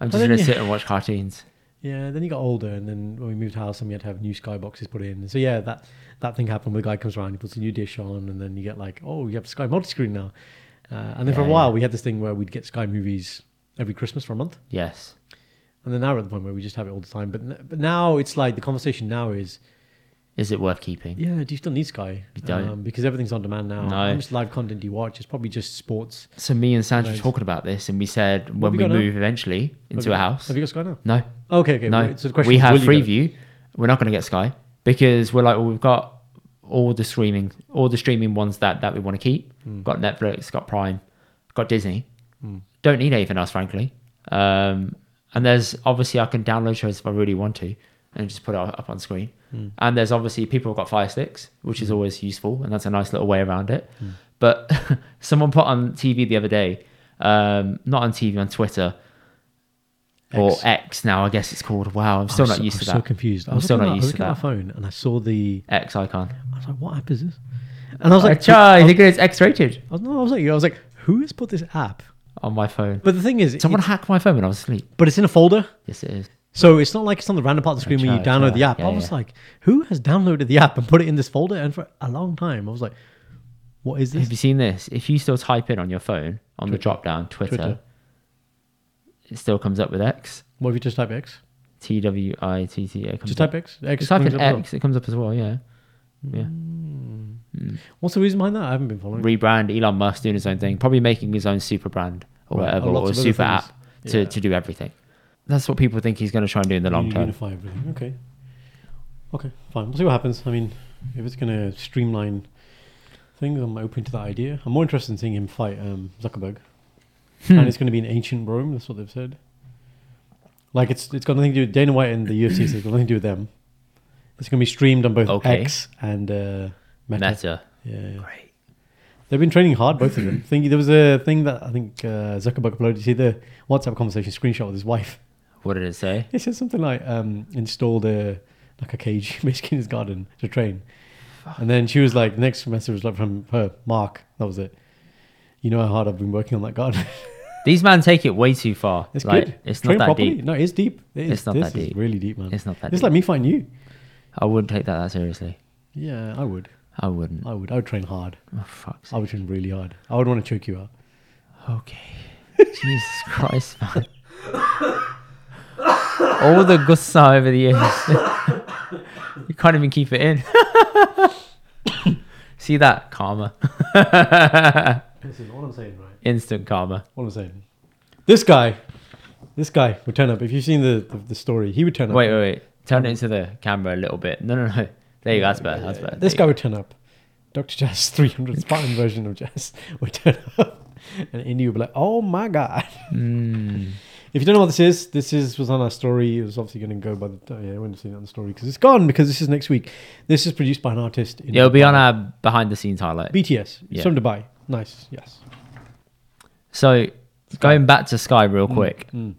S1: I'm
S2: But
S1: just
S2: then
S1: gonna
S2: you-
S1: sit and watch cartoons.
S2: Yeah. Then you got older, and then when we moved house, and we had to have new skyboxes put in. So yeah, that that thing happened. Where the guy comes around, he puts a new dish on, and then you get like, oh, you have Sky multi-screen now. Uh, and then for a
S1: Yeah,
S2: while, we had this thing where we'd get Sky movies every Christmas for a month.
S1: Yes.
S2: And then now we're at the point where we just have it all the time. But n- but now it's like the conversation now is,
S1: Is it worth keeping?
S2: yeah, do you still need Sky? Um,
S1: You don't.
S2: because everything's on demand now.
S1: No.
S2: How much live content do you watch? It's probably just sports.
S1: So me and Sandra were
S2: Right.
S1: talking about this, and we said when
S2: you
S1: we
S2: got now?
S1: move eventually into
S2: Have
S1: a
S2: you-
S1: house.
S2: Have you got Sky now?
S1: No,
S2: Okay, okay.
S1: no.
S2: wait, So the question
S1: we
S2: is,
S1: have
S2: will you get it?
S1: Freeview. We're not going to get Sky because we're like, well, we've got all the streaming, all the streaming ones that that we want to keep.
S2: Hmm.
S1: Got Netflix, got Prime, got Disney. Don't need anything else, frankly. Um, and there's obviously I can download shows if I really want to, and just put it up on screen.
S2: Hmm.
S1: And there's obviously people have got Fire Sticks, which is always useful, and that's a nice little way around it.
S2: Hmm.
S1: But [LAUGHS] someone put on TV the other day, um, not on TV on Twitter. Or
S2: X.
S1: X now, I guess it's called. Wow, I'm still
S2: I'm
S1: not
S2: so-
S1: used
S2: I'm
S1: to
S2: so
S1: that.
S2: confused. I
S1: I'm
S2: was
S1: still
S2: looking
S1: not
S2: at-
S1: used to
S2: I
S1: that
S2: was looking at my phone and I saw the.
S1: X icon.
S2: I was like, what app is this? And I was
S1: Like,
S2: like,
S1: Chai,
S2: I
S1: you
S2: was,
S1: think it's X-rated
S2: I was- no, I was like, I was like, who has put this app?
S1: on my phone?
S2: But the thing is,
S1: Someone
S2: it's-
S1: hacked my phone when I was asleep.
S2: but it's in a folder,
S1: Yes, it is.
S2: so it's not like it's on the random part of the screen when you
S1: Chai,
S2: download
S1: Chai.
S2: the app.
S1: Yeah,
S2: I was
S1: yeah.
S2: like, who has downloaded the app and put it in this folder? And for a long time, I was like, what is this?
S1: Have you seen this? If you still type in on your phone on the
S2: Twitter.
S1: drop down Twitter,
S2: Twitter.
S1: it still comes up with X.
S2: What if you just type X?
S1: T W I T T. It comes
S2: Just
S1: up.
S2: type X. X.
S1: Just type
S2: comes
S1: in
S2: up as Mm. well.
S1: X. It comes up as well. Yeah, yeah.
S2: What's the reason behind that? I haven't been following.
S1: Rebrand. Elon Musk doing his own thing. Probably making his own super brand or
S2: Right,
S1: whatever,
S2: lots
S1: or
S2: of other
S1: super
S2: things.
S1: app to,
S2: Yeah.
S1: to do everything. That's what people think he's going to try and do in the long
S2: You
S1: term.
S2: Unify everything. Okay. Okay. Fine. We'll see what happens. I mean, if it's going to streamline things, I'm open to that idea. I'm more interested in seeing him fight um, Zuckerberg,
S1: Hmm.
S2: and it's going to be in ancient Rome. That's what they've said. Like it's it's got nothing to do with Dana White and the UFC. so it's got nothing to do with them. It's going to be streamed on both
S1: Okay.
S2: X and uh, Meta.
S1: Meta.
S2: Yeah, yeah.
S1: Great.
S2: They've been training hard, both of them. Think there was a thing that I think uh, Zuckerberg uploaded. You see the WhatsApp conversation screenshot with his wife.
S1: What did it say?
S2: He said something like um, installed a like a cage [LAUGHS] basically in his garden to train, and then she was like, next message was like from her Mark. That was it. You know how hard I've been working on that garden. [LAUGHS]
S1: These man take it way too far.
S2: it's
S1: like,
S2: good.
S1: It's
S2: Train
S1: not that
S2: properly.
S1: deep.
S2: No, it's deep. It is.
S1: It's not
S2: this
S1: that
S2: is
S1: deep.
S2: really deep, man.
S1: It's not that
S2: It's
S1: deep.
S2: like me fighting you.
S1: I wouldn't take that that seriously.
S2: Yeah, I would.
S1: I wouldn't.
S2: I would. I would train hard.
S1: Oh, fuck's
S2: I would train really hard. I would want to choke you out.
S1: Okay. Jesus Christ, man. All the gussa over the years. you can't even keep it in. [COUGHS] See that? Karma. [LAUGHS]
S2: Listen, all I'm saying, right?
S1: Instant karma.
S2: All I'm saying. This guy, this guy would turn up. If you've seen the the, the story, he would turn up.
S1: Wait, wait, wait. Turn it into the camera a little bit. No, no, no. There you go. That's better. That's better.
S2: This guy
S1: There you
S2: would turn up. Dr. Jazz [LAUGHS] 300 Spartan version of Jazz would turn up. [LAUGHS] And Indy would be like, oh my God.
S1: go. Mm.
S2: If you don't know what this is, this is was on our story. It was obviously going to go by the time. Yeah, I wouldn't have seen it on the story because it's gone because this is next week. This is produced by an artist. In
S1: Yeah, it'll be
S2: Dubai.
S1: on our behind the scenes highlight.
S2: BTS. It's
S1: Yeah.
S2: from Dubai. Nice. Yes.
S1: So going back to Sky real quick,
S2: mm.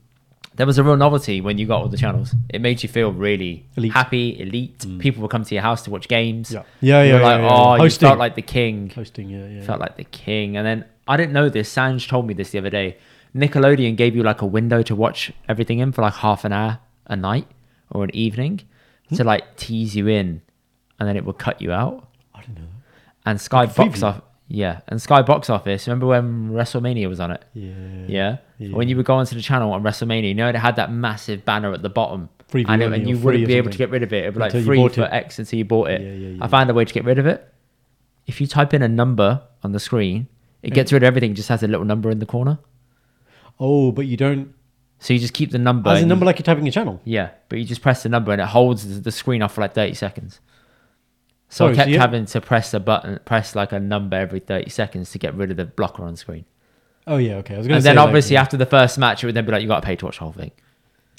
S1: there was a real novelty when you got all the channels. It made you feel really
S2: Elite. Mm.
S1: happy, elite. People would come to your house to watch games.
S2: Yeah. Yeah,
S1: You
S2: yeah.
S1: were
S2: yeah,
S1: like,
S2: yeah,
S1: oh,
S2: yeah.
S1: you felt like the king.
S2: Hosting, yeah, yeah.
S1: Felt like the king. And then I didn't know this. Sanj told me this the other day. Nickelodeon gave you like a window to watch everything in for like half an hour a night or an evening
S2: Hmm?
S1: to like tease you in, and then it would cut you out.
S2: I didn't know that.
S1: And Sky
S2: Like a
S1: box
S2: preview.
S1: off, yeah. And Sky box office. Remember when WrestleMania was on it?
S2: Yeah.
S1: Yeah.
S2: Yeah.
S1: When you would go onto the channel on WrestleMania, you know it had that massive banner at the bottom.
S2: Free for
S1: and, it-
S2: money
S1: and
S2: or
S1: you
S2: free
S1: wouldn't
S2: or
S1: be able to
S2: something.
S1: get rid of it. It'd be like
S2: Until you
S1: free
S2: bought
S1: for
S2: it.
S1: X until you bought it.
S2: Yeah, yeah, yeah,
S1: I found a way to get rid of it. If you type in a number on the screen, it gets rid of everything, it just has a little number in the corner.
S2: Oh, but you don't.
S1: So you just keep the number.
S2: As a
S1: and
S2: number like you're typing a channel.
S1: you- yeah, but you just press the number and it holds the- the screen off for like 30 seconds. So
S2: Oh,
S1: I
S2: so
S1: kept
S2: you-
S1: having to press a button, press like a number every 30 seconds to get rid of the blocker on screen.
S2: Oh, yeah. Okay. I was going to
S1: And
S2: say.
S1: then
S2: like,
S1: obviously after the first match, it would then be like, you got to pay to watch the whole thing.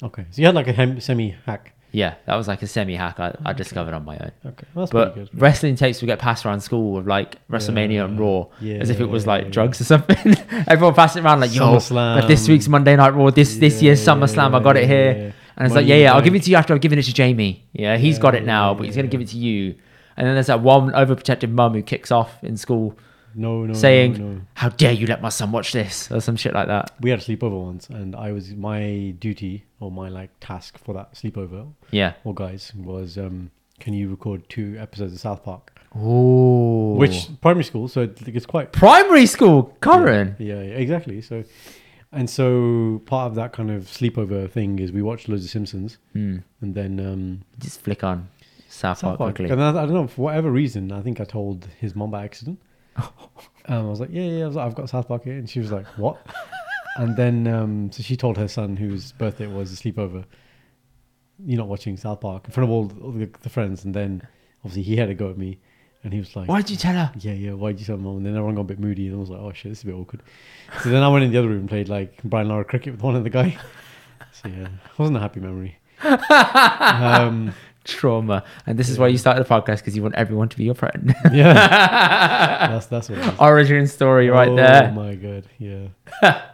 S2: Okay. So you had like a hem- semi hack.
S1: Yeah, that was like a semi hack I, I discovered on my own.
S2: Okay. Well, that's
S1: but
S2: pretty good.
S1: wrestling tapes would get passed around school with like WrestleMania and Raw,
S2: Yeah,
S1: as if it was
S2: yeah,
S1: like
S2: yeah.
S1: drugs or something. [LAUGHS] Everyone passed it around like, "Yo,
S2: SummerSlam.
S1: but this week's Monday Night Raw, this this
S2: Yeah,
S1: year's
S2: yeah,
S1: SummerSlam, I
S2: yeah,
S1: got it
S2: yeah,
S1: here."
S2: yeah.
S1: And it's like,
S2: Money
S1: "Yeah,
S2: in the
S1: yeah, I'll give
S2: bank.
S1: it to you after I've given it to Jamie. Yeah, he's
S2: Yeah,
S1: got it
S2: yeah,
S1: now,
S2: yeah,
S1: but he's
S2: yeah,
S1: gonna give
S2: yeah.
S1: it to you." And then there's that one overprotective mum who kicks off in school
S2: No, no.
S1: saying,
S2: no, no.
S1: "How dare you let my son watch this?" or some shit like that.
S2: we had a sleepover once, and I was my duty or my like task for that sleepover
S1: Yeah.
S2: or guys was um, can you record two episodes of South Park,
S1: Ooh.
S2: which primary school, so it- it's quite
S1: primary school, Corin?
S2: yeah, yeah exactly. So, And so part of that kind of sleepover thing is we watched loads of Simpsons
S1: Hmm.
S2: and then um,
S1: Just flick on South
S2: South
S1: Park
S2: Park.
S1: quickly.
S2: And I, I don't know for whatever reason. I think I told his mom by accident. um, I was like, yeah, yeah. I was like, I've got South Park here, and she was like, what? and then um, so she told her son whose birthday it was a sleepover. You're not watching South Park in front of all, the, all the, the friends, and then obviously he had a go at me, and he was like,
S1: Why'd you tell her?
S2: yeah, yeah, why'd you tell mum? And then everyone got a bit moody, and I was like, oh shit, this is a bit awkward. So then I went in the other room and played like Brian Lara cricket with one of the guy. [LAUGHS] So yeah, wasn't a happy memory. um,
S1: Trauma. And this is why you started a podcast because you want everyone to be your friend. [LAUGHS]
S2: yeah, that's that's what. It is.
S1: Origin story right
S2: oh,
S1: there.
S2: my god,
S1: [LAUGHS]
S2: yeah. so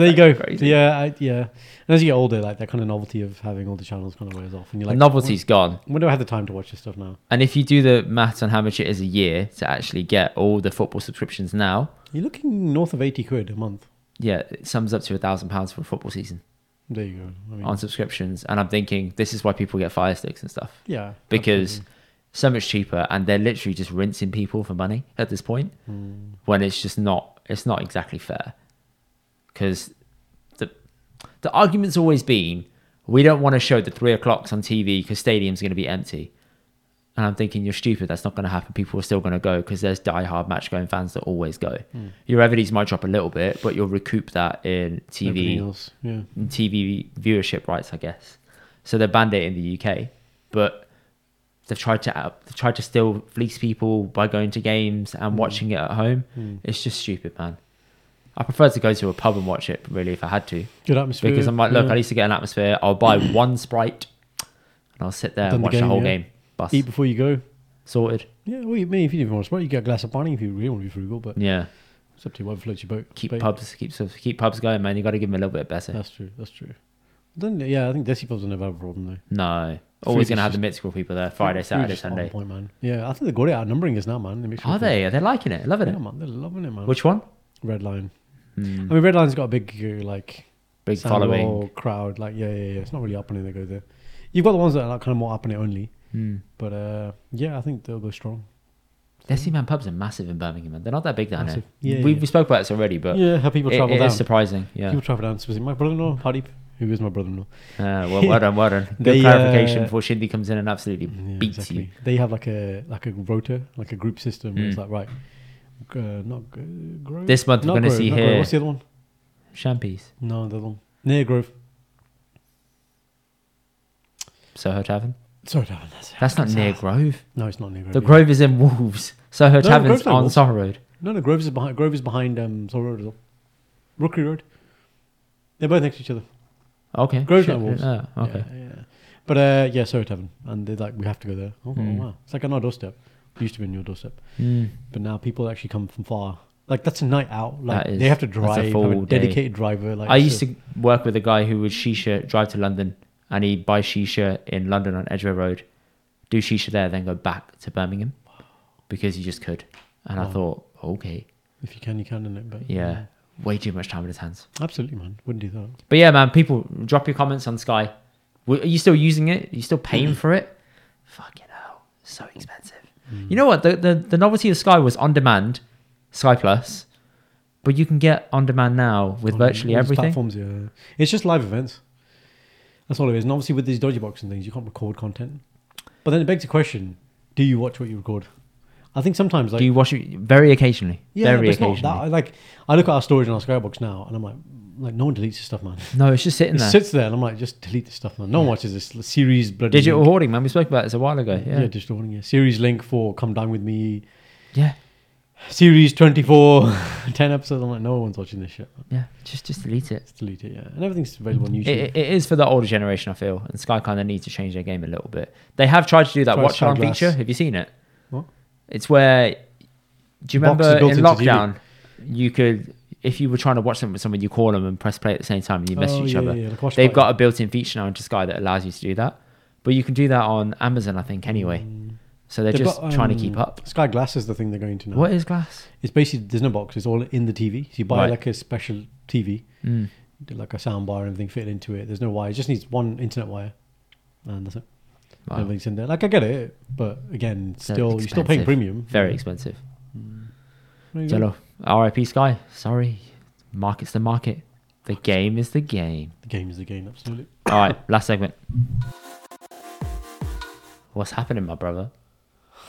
S2: there you go.
S1: crazy.
S2: Yeah, I, yeah. And as you get older, like that kind of novelty of having all the channels kind of wears off, and you're
S1: The
S2: like,
S1: novelty's gone.
S2: When, when do I have the time to watch this stuff now?
S1: And if you do the maths on how much it is a year to actually get all the football subscriptions now,
S2: You're looking north of eighty quid a month.
S1: yeah, it sums up to a thousand pounds for a football season
S2: There you go. I mean,
S1: on subscriptions. And I'm thinking this is why people get fire sticks and stuff
S2: yeah,
S1: because so much cheaper, and they're literally just rinsing people for money at this point when it's just not it's not exactly fair because the the argument's always been we don't want to show the three o'clocks on TV because stadium's going to be empty. And I'm thinking, you're stupid. That's not going to happen. People are still going to go because there's diehard match going fans that always go. Your revenues might drop a little bit, but you'll recoup that in
S2: Everything
S1: TV
S2: else, yeah.
S1: and TV viewership rights, I guess. So they banned it in the UK, but they've tried to out, they've tried to still fleece people by going to games
S2: Hmm.
S1: and watching it at home. It's just stupid, man. I prefer to go to a pub and watch it really if I had to,
S2: Good atmosphere.
S1: because I'm like, look,
S2: yeah.
S1: I need to get an atmosphere. I'll
S2: [CLEARS THROAT]
S1: buy one sprite and I'll sit there
S2: Done
S1: and
S2: the
S1: watch the,
S2: game,
S1: whole
S2: yeah.
S1: game. Bus
S2: eat before you go.
S1: sorted.
S2: Yeah, well, you mean if you didn't want to smoke, you get a glass of barney if you really want to be frugal, but
S1: Yeah,
S2: it's up to you what floats your boat.
S1: keep
S2: But
S1: pubs, keep keep pubs going, man. You got to give them a little bit better.
S2: That's true. That's true. Then yeah, I think Desi pubs will never have a problem though.
S1: no,
S2: Food is
S1: always gonna have
S2: just-
S1: the mythical people there. Friday,
S2: Food- food
S1: Saturday,
S2: is on
S1: Sunday.
S2: Point, man. Yeah, I think they got it outnumbering us now, man. They make sure
S1: Are
S2: we-
S1: they? Are they liking it? Loving
S2: Yeah,
S1: it?
S2: man, they're loving it, man.
S1: Which one?
S2: Red Lion?
S1: Hmm.
S2: I mean, Red Lion's got a big uh, like
S1: big
S2: San
S1: following.
S2: Miguel crowd. Like, yeah, yeah, yeah. It's not really up and in they go there. You've got the ones that are like, kind of more up and it only,
S1: Mm.
S2: but uh, yeah, I think they'll go strong.
S1: Desi Man pubs are massive in Birmingham. Man. They're not that big down
S2: Massive.
S1: here.
S2: Yeah,
S1: we,
S2: yeah.
S1: we spoke about this already, but
S2: yeah, how people
S1: it-
S2: travel
S1: it
S2: down.
S1: is surprising. Yeah.
S2: People travel down. Specifically, my brother-in-law Hardeep, who is my brother-in-law.
S1: Uh, well, well done, well
S2: [LAUGHS]
S1: done. Good
S2: They,
S1: clarification
S2: uh,
S1: before Shindy comes in and absolutely
S2: Yeah,
S1: beats you.
S2: They have like a like a rota, like a group system. Where it's
S1: Mm.
S2: like right, uh, not uh, Grove.
S1: This month we're
S2: Not
S1: gonna
S2: Grove,
S1: see
S2: not Grove.
S1: here-
S2: What's the other one?
S1: Champies,
S2: No, the other one near Grove.
S1: Soho Tavern.
S2: Sorry, Darren, that's,
S1: That's not near Grove.
S2: No, it's not near Grove.
S1: The
S2: yeah.
S1: Grove is in Wolves. Soho
S2: No,
S1: Tavern's
S2: Grove's not
S1: on
S2: Wolves.
S1: Soho Road.
S2: No, no, Grove is behind. Grove is behind. Um, Sorrow Road as well. Rookery Road. They're both next to each other.
S1: Okay.
S2: Grove's
S1: shit,
S2: not Wolves.
S1: oh, okay.
S2: Yeah, yeah. But uh, yeah, Sorrow Tavern, and they're like, we have to go there. Oh,
S1: Mm.
S2: wow, it's like on our doorstep. It used to be on your doorstep,
S1: Mm.
S2: but now people actually come from far. Like that's a night out. Like
S1: That is-
S2: they have to
S1: that's a
S2: drive. have
S1: full
S2: a
S1: day.
S2: dedicated driver. Like
S1: I used
S2: so-
S1: to work with a guy who would shisha drive to London and he'd buy shisha in London on Edgware Road, do shisha there, then go back to Birmingham because he just could. And I
S2: Wow.
S1: thought, okay,
S2: If you can, you can, innit? But
S1: yeah, way too much time in his hands.
S2: absolutely, man. Wouldn't do that.
S1: But yeah, man, people drop your comments on Sky. W- Are you still using it? Are you still
S2: Mm.
S1: paying for it? Fucking hell, so expensive.
S2: Mm.
S1: You know what? The, the the novelty of Sky was on demand, Sky Plus, but you can get on demand now with
S2: On
S1: virtually
S2: all these
S1: everything.
S2: Platforms, yeah. It's just live events. That's all it is. And obviously, with these dodgy box and things, you can't record content. But then it begs the question: Do you watch what you record? I think sometimes, like,
S1: Do you watch it very occasionally?
S2: yeah, but
S1: very
S2: it's not
S1: occasionally.
S2: that. Like, I look at our storage on our Skybox now, and I'm like, like no one deletes this
S1: [LAUGHS]
S2: stuff, man.
S1: No, it's just sitting
S2: It
S1: there.
S2: sits there, and I'm like, just delete this stuff, man. No one watches this series. Bloody
S1: Digital hoarding, man. We spoke about this a while ago.
S2: yeah,
S1: Yeah.
S2: digital warning. Yeah, series link for come down with me.
S1: Yeah.
S2: Series [LAUGHS] 24, 10 episodes. I'm like, no one's watching this shit. man.
S1: Yeah. Just just delete it.
S2: Just delete it. Yeah, and everything's available on YouTube.
S1: It, it- it is for the older generation, I feel, and Sky kind of need to change their game a little bit. They have tried to do that
S2: Try
S1: watch it on
S2: Spyglass.
S1: feature. Have you seen it?
S2: What?
S1: It's where do you
S2: Box is
S1: remember
S2: built
S1: in
S2: into TV.
S1: lockdown you could if you were trying to watch something with someone you call them and press play at the same time and you message
S2: Oh,
S1: each
S2: yeah,
S1: other.
S2: yeah, like watch
S1: They've
S2: party.
S1: got a built-in feature now into Sky that allows you to do that. But you can do that on Amazon, I think, anyway. So they're
S2: Mm. They've
S1: just
S2: got,
S1: trying to
S2: um,
S1: keep up.
S2: Sky Glass is the thing they're going to now.
S1: What is glass?
S2: It's basically there's no box. It's all in the TV. So you buy
S1: Right.
S2: like a special TV,
S1: Mm.
S2: do like a sound bar and everything fit into it. There's no wire. It just needs one internet wire, and that's it.
S1: Wow.
S2: Everything's in there. Like I get it, but again,
S1: So
S2: still you're still paying
S1: expensive.
S2: premium.
S1: Very expensive.
S2: There you go.
S1: Jello. RIP Sky. Sorry. Market's the market. The The game is the game.
S2: The game is the game, absolutely.
S1: All right, last segment. What's happening, my brother?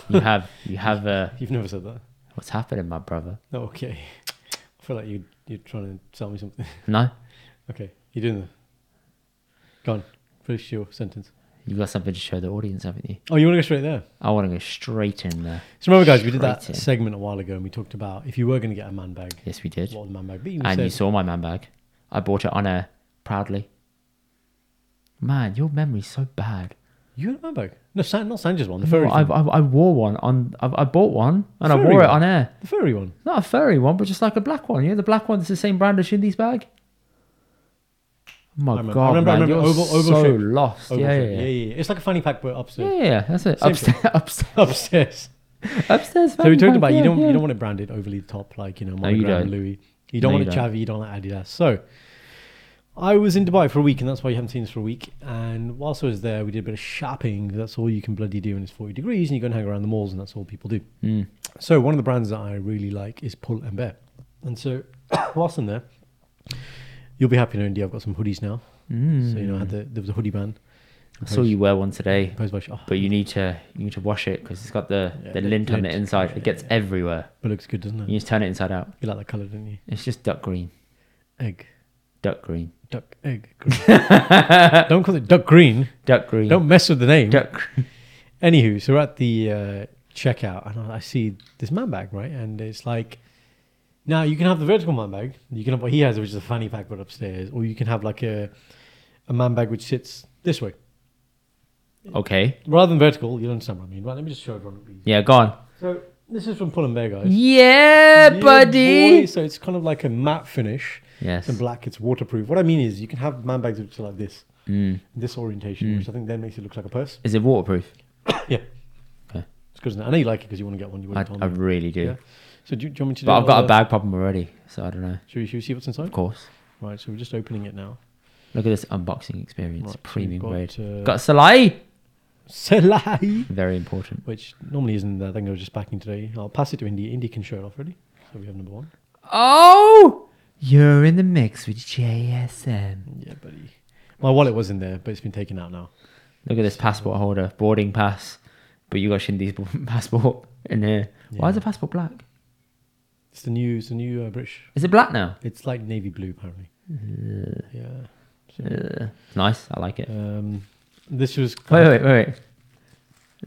S1: You have you have uh,
S2: You've never said that.
S1: what's happening, my brother?
S2: No, okay. I feel like you you're trying to sell me something. [LAUGHS]
S1: No,
S2: Okay, you're doing the. Go on, finish your sentence.
S1: you got something to show the audience, haven't you?
S2: Oh, you want to go straight there?
S1: I want to go straight in there.
S2: So remember, guys, we did that
S1: Straight in.
S2: segment a while ago, and we talked about if you were going to get a man bag,
S1: Yes, we did.
S2: what would the man bag be? We
S1: And you
S2: said,
S1: saw my man bag. I bought it on air proudly. Man, your memory's so bad.
S2: you had a man bag? No, San, not Sanja's one. The furry,
S1: Well, I,
S2: one.
S1: I, I wore one on. I, I bought one and I
S2: Furry
S1: wore it
S2: one?
S1: on air.
S2: the furry one.
S1: Not a furry one, but just like a black one. You know, the black one that's the same brand as Shindy's bag. Oh my
S2: I remember- I
S1: god,
S2: remember- I
S1: man,
S2: remember
S1: you're
S2: oval- oval
S1: so
S2: shape.
S1: lost.
S2: Oh,
S1: yeah,
S2: bullshit.
S1: yeah, yeah,
S2: yeah, yeah, yeah. It's like a fanny pack, but upstairs.
S1: yeah, yeah, That's it.
S2: Same
S1: Upstairs, upstairs,
S2: [LAUGHS] Upstairs.
S1: upstairs.
S2: So we
S1: man,
S2: talked
S1: man,
S2: about you
S1: yeah,
S2: don't
S1: yeah.
S2: you don't want it branded overly top like you know
S1: No, you
S2: monogram
S1: don't.
S2: Louis. You don't
S1: No,
S2: want
S1: you
S2: it
S1: don't.
S2: Chavi. You don't want it Adidas. So I was in Dubai for a week, and that's why you haven't seen us for a week. And whilst I was there, we did a bit of shopping. That's all you can bloody do, and it's forty degrees, and you go and hang around the malls, and that's all people do.
S1: Mm.
S2: So one of the brands that I really like is Pull and Bear. And so [COUGHS] whilst I'm there, you'll be happy to know India. I've got some hoodies now.
S1: Mm.
S2: So you know, I had the, there was a hoodie ban.
S1: I saw you wear one today,
S2: Imposed by, Sh- oh,
S1: but you need to you need to wash it because it's got the
S2: Yeah,
S1: the
S2: lint-
S1: lint on the
S2: lint.
S1: inside. It gets everywhere.
S2: but looks good, doesn't it?
S1: You just turn it inside out.
S2: You like that colour, don't you?
S1: It's just duck green.
S2: Egg,
S1: Duck green.
S2: duck,
S1: [LAUGHS]
S2: egg. green. don't call it duck green.
S1: Duck green.
S2: Don't mess with the name.
S1: duck. green.
S2: Anywho, so we're at the uh, checkout, and I see this man bag, right? And it's like, now you can have the vertical man bag. You can have what he has, which is a fanny pack, but upstairs, or you can have like a a man bag which sits this way,
S1: Okay.
S2: rather than vertical. You'll understand what I mean, right? Let me just show everyone.
S1: Yeah. Go on.
S2: So this is from Pull and Bear, guys.
S1: Yeah,
S2: Yeah,
S1: buddy.
S2: boy. So it's kind of like a matte finish.
S1: Yes.
S2: It's in black. It's waterproof. What I mean is, you can have man bags which are like this,
S1: Mm.
S2: this orientation, which I think then makes it look like a purse.
S1: Is it waterproof?
S2: yeah.
S1: Okay.
S2: It's good. Isn't it? I know you like it because you want to get one. You
S1: I,
S2: wouldn't
S1: I
S2: tell me.
S1: really do.
S2: Yeah. So do you, do you want me to?
S1: But
S2: do
S1: I've got a
S2: bag.
S1: bag problem already, so I don't know.
S2: Should we, should we see what's inside?
S1: Of course.
S2: Right. So we're just opening it now.
S1: Look at this unboxing experience.
S2: Right, so
S1: Premium
S2: we've
S1: grade.
S2: Uh,
S1: Got Salai.
S2: Selai,
S1: Very important.
S2: which normally isn't there. I think I was just backing today. I'll pass it to Indy. Indy can show it off already. So we have number one.
S1: Oh! You're in the mix with JSM.
S2: Yeah, buddy. My wallet was in there, but it's been taken out now.
S1: Look at this passport holder, boarding pass. But you got Shindy's b- [LAUGHS] passport in here. Why is
S2: Yeah.
S1: the passport black?
S2: It's the new, it's the new uh, British.
S1: Is it black now?
S2: It's like navy blue apparently. Yeah. So,
S1: Uh, nice. I like it.
S2: um, this was
S1: Wait, wait, wait, wait.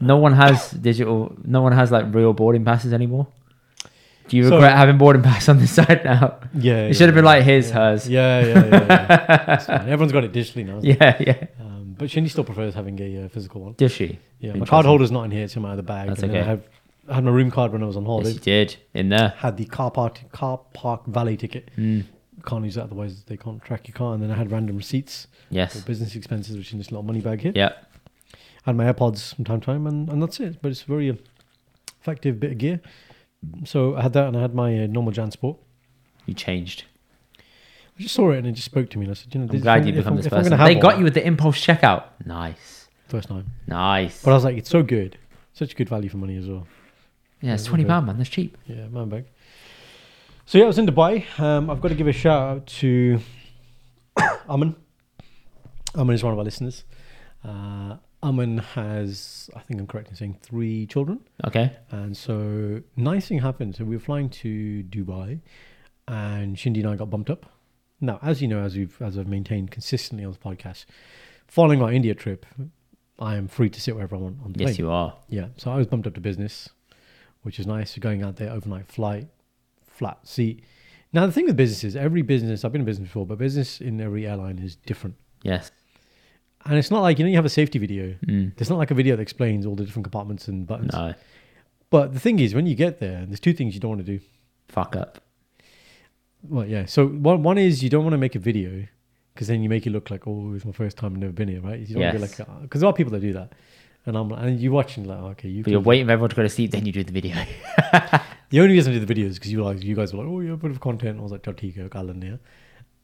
S1: No one has digital. No one has like real boarding passes anymore. Do you
S2: So-
S1: regret having boarding pass on this [LAUGHS] side now?
S2: Yeah.
S1: It should have been like his, hers.
S2: Yeah, yeah, yeah.
S1: [LAUGHS]
S2: yeah. It's fine. Everyone's got it digitally now.
S1: Yeah, yeah.
S2: Um, but Shindy still prefers having a uh, physical one.
S1: Did she?
S2: Yeah, my
S1: Interesting.
S2: card holder's not in here; it's in my other bag.
S1: That's
S2: and then
S1: okay.
S2: I, have, I had my room card when I was on
S1: Yes,
S2: holiday.
S1: she did in there.
S2: Had the car park car park valet ticket.
S1: Mm.
S2: Can't use that otherwise they can't track your car. And then I had random receipts for
S1: Yes.
S2: business expenses, which is in this little money bag here.
S1: Yeah.
S2: Had my AirPods from time to time, and, and that's it. But it's a very uh, effective bit of gear. So I had that, and I had my uh, normal JanSport.
S1: You changed.
S2: I just saw it, and it just spoke to me. And I said, you know,
S1: I'm
S2: this-
S1: glad
S2: if
S1: you
S2: if
S1: become this
S2: if gonna
S1: person.
S2: have
S1: They got
S2: one-
S1: you with the impulse checkout. Nice.
S2: first time.
S1: Nice.
S2: But I was like, it's so good, such good value for money as well.
S1: yeah, it's
S2: Yeah,
S1: twenty
S2: okay.
S1: pound, man. That's cheap.
S2: Yeah, man bag. So yeah, I was in Dubai. Um, I've got to give a shout out to [COUGHS] Aman. Aman is one of our listeners. Uh, Aman has, I think I'm correct in saying, three children.
S1: Okay.
S2: And so nice thing happened. So we were flying to Dubai, and Shindy and I got bumped up. Now, as you know, as we've as I've maintained consistently on the podcast, following our India trip, I am free to sit wherever I want on the plane.
S1: Yes, you are.
S2: Yeah, so I was bumped up to business, which is nice. Going out there, overnight flight, flat seat. Now the thing with business is every business I've been in business before, but business in every airline is different,
S1: Yes.
S2: and it's not like you know you have a safety video.
S1: Mm.
S2: There's not like a video that explains all the different compartments and buttons.
S1: No.
S2: But the thing is, when you get there, there's two things you don't want to do.
S1: Fuck up.
S2: Well, yeah. So one one is you don't want to make a video because then you make it look like oh it's my first time I've never been here, right? You don't want
S1: Yes.
S2: to be like because there are people that do that, and I'm and you watching like "Oh, okay you.
S1: But you're
S2: could-
S1: waiting for everyone to go to sleep, then you do the video.
S2: The only reason I did the videos because you like you guys were like, oh, you're a bit of content. I was like, Tartico, Alan here.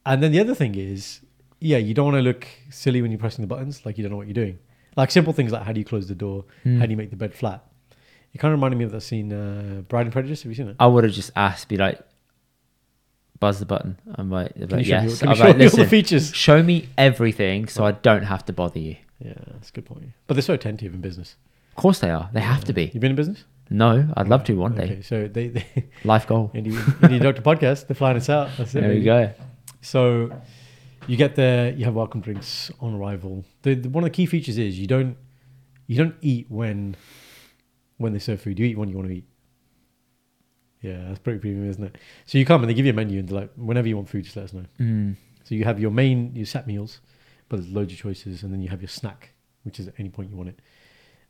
S2: And then the other thing is, yeah, you don't want to look silly when you're pressing the buttons, like you don't know what you're doing. Like simple things like how do you close the door,
S1: Hmm.
S2: how do you make the bed flat. It kind of reminded me of that scene, uh, Bride and Prejudice. Have you seen it?
S1: I would have just asked, be like, buzz the button. I'm like, they're
S2: Can
S1: like,
S2: you show me-
S1: yes.
S2: can you
S1: I'm
S2: show
S1: like,
S2: me all the
S1: "Listen,
S2: features?"
S1: Show me everything so I don't have to bother you.
S2: Yeah, that's a good point. But they're so attentive in business.
S1: Of course they are. They have to be.
S2: You've been in business?
S1: No, I'd love to one day.
S2: Okay, so they, [LAUGHS] they
S1: Life goal.
S2: Indie, Indie Doctor Podcast, they're flying us out. That's it.
S1: There
S2: baby.
S1: you go.
S2: So you get there, you have welcome drinks on arrival. The, the, one of the key features is you don't you don't eat when when they serve food. You eat when you want to eat. Yeah, that's pretty premium, isn't it? So you come and they give you a menu and they're like, whenever you want food, just let us know.
S1: Mm.
S2: So you have your main, your set meals, but there's loads of choices, and then you have your snack, which is at any point you want it.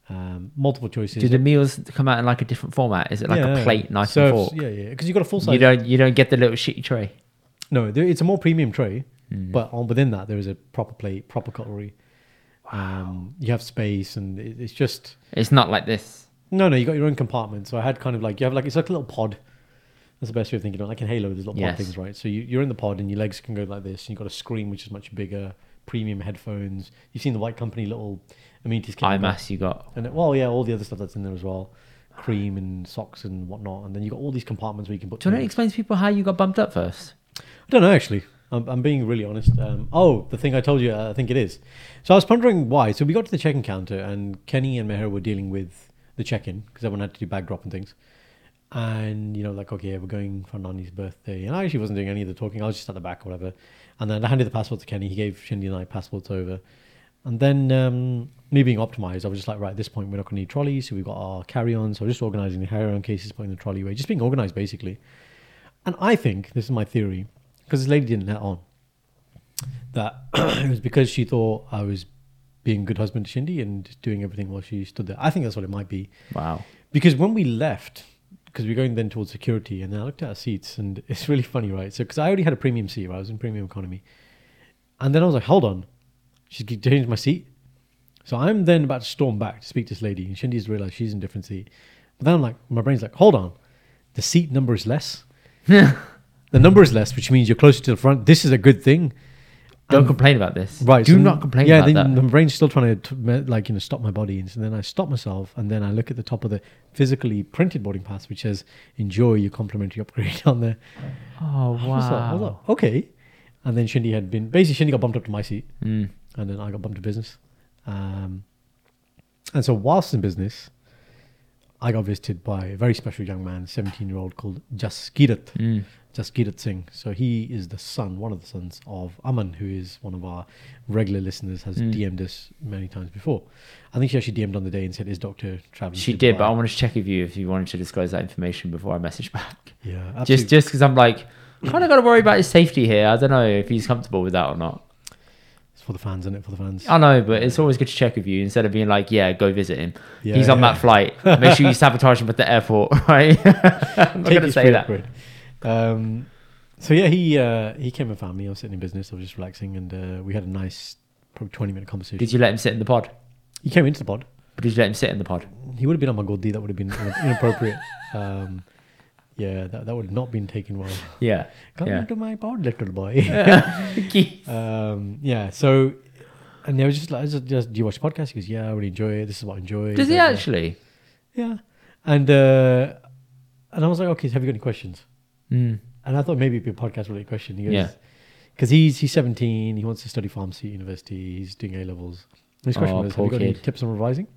S2: Um, multiple choices.
S1: Do the meals come out in like a different format? Is it like
S2: Yeah,
S1: a plate, knife,
S2: serves-
S1: and fork?
S2: Yeah, yeah. Because you've got a full size.
S1: You don't you don't get the little shitty tray.
S2: No, there, it's a more premium tray,
S1: Mm.
S2: but on within that there is a proper plate, proper cutlery. Um, you have space, and it, it's just
S1: It's not like this.
S2: no, no. You got your own compartment. So I had kind of like you have like it's like a little pod. That's the best way of thinking. of it. Like in Halo, there's little
S1: Yes.
S2: pod things, right? So you, you're in the pod, and your legs can go like this. And you've got a screen which is much bigger, premium headphones. You've seen the White Company little amenities kit,
S1: Eye
S2: right?
S1: mask you got.
S2: and it, well, yeah, all the other stuff that's in there as well, cream and socks and whatnot. And then you have got all these compartments where you can put.
S1: Do you want to
S2: things.
S1: explain to people how you got bumped up first?
S2: I don't know actually. I'm, I'm being really honest. Um, oh, the thing I told you, uh, I think it is. So I was pondering why. So we got to the check-in counter, and Kenny and Meher were dealing with the check-in because everyone had to do bag drop and things. And you know, like okay, we're going for Nani's birthday, and I actually wasn't doing any of the talking. I was just at the back or whatever. And then I handed the passport to Kenny. He gave Shindy and I passports over. And then um, me being optimized, I was just like, right, at this point, we're not going to need trolleys, so we've got our carry-on. So just organizing the carry-on cases, putting the trolley away, just being organized basically. And I think this is my theory because this lady didn't let on that [CLEARS THROAT] it was because she thought I was being a good husband to Shindy and just doing everything while she stood there. I think that's what it might be.
S1: Wow.
S2: Because when we left, because we were going then towards security, and then I looked at our seats, and [LAUGHS] it's really funny, right? So, because I already had a premium seat, right? I was in premium economy. And then I was like, hold on, she's g- changed my seat. So I'm then about to storm back to speak to this lady, and Shindy's realized she's in a different seat. But then I'm like, my brain's like, hold on, the seat number is less. the number is less, which means you're closer to the front. This is a good thing.
S1: Don't complain about this.
S2: Um, Right.
S1: Do
S2: so-
S1: not complain
S2: Yeah,
S1: about
S2: then
S1: that.
S2: my brain's still trying to t- me- like you know stop my body, and so then I stop myself, and then I look at the top of the physically printed boarding pass, which says "Enjoy your complimentary upgrade" [LAUGHS] on there.
S1: Oh
S2: I was like-
S1: wow.
S2: I was like, okay. And then Shindy had been basically Shindy got bumped up to my seat,
S1: Mm.
S2: and then I got bumped to business. Um, and so whilst in business, I got visited by a very special young man, seventeen-year-old called Jaskirat.
S1: Mm.
S2: Jaskirat Singh. So he is the son, one of the sons of Aman, who is one of our regular listeners,
S1: Hmm.
S2: has DM'd us many times before. I think she actually DM'd on the day and said, Is Doctor traveling?
S1: She
S2: to
S1: did, but I
S2: Dubai?"
S1: wanted to check with you if you wanted to disclose that information before I message
S2: [LAUGHS]
S1: back.
S2: Yeah,
S1: Just
S2: absolutely.
S1: just because I'm like, kind of got to worry about his safety here. I don't know if he's comfortable with that or not.
S2: It's for the fans, isn't it? For the fans.
S1: I know, but it's always good to check with you instead of being like, yeah, go visit him.
S2: Yeah,
S1: He's on
S2: yeah.
S1: that flight. Make
S2: [LAUGHS]
S1: sure you sabotage him at the airport, [LAUGHS] right? I'm not
S2: Take
S1: going to
S2: his
S1: say
S2: free
S1: that.
S2: upgrade. Um, so yeah, he uh, he came with family. I was sitting in business. I was just relaxing, and uh, we had a nice, probably twenty minute conversation.
S1: Did you let him sit in the pod?
S2: he came into the pod.
S1: But did you let him sit in the pod?
S2: He would have been on my god. That would have been
S1: [LAUGHS]
S2: inappropriate. um, yeah, that, that would have not been taken well.
S1: [LAUGHS] Yeah.
S2: Come
S1: Yeah.
S2: to my pod, little boy.
S1: [LAUGHS]
S2: um, yeah. So, and they were just like, I was just, just, do you watch podcasts? He goes, yeah, I really enjoy it. This is what I enjoy.
S1: Does he
S2: Blah, blah.
S1: actually?
S2: Yeah. And uh, and I was like, okay, have you got any questions?
S1: Mm.
S2: And I thought maybe it'd be a podcast related question. He goes,
S1: Yeah.
S2: Because he's he's 17. He wants to study pharmacy at university. He's doing A levels. His question
S1: Oh,
S2: was, have
S1: poor
S2: you got any
S1: kid.
S2: tips on revising?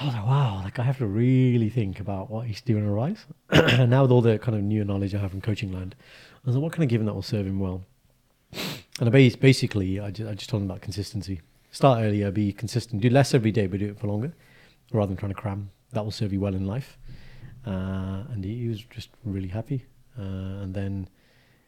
S2: I was like, wow, like I have to really think about what he's doing to revise. and [CLEARS THROAT] now with all the kind of new knowledge I have from coaching land, I was like, what can I give him that will serve him well? And I bas- basically, I just, I just told him about consistency. Start earlier, be consistent, do less every day, but do it for longer, rather than trying to cram. That will serve you well in life. Uh, and he, he was just really happy. Uh, and then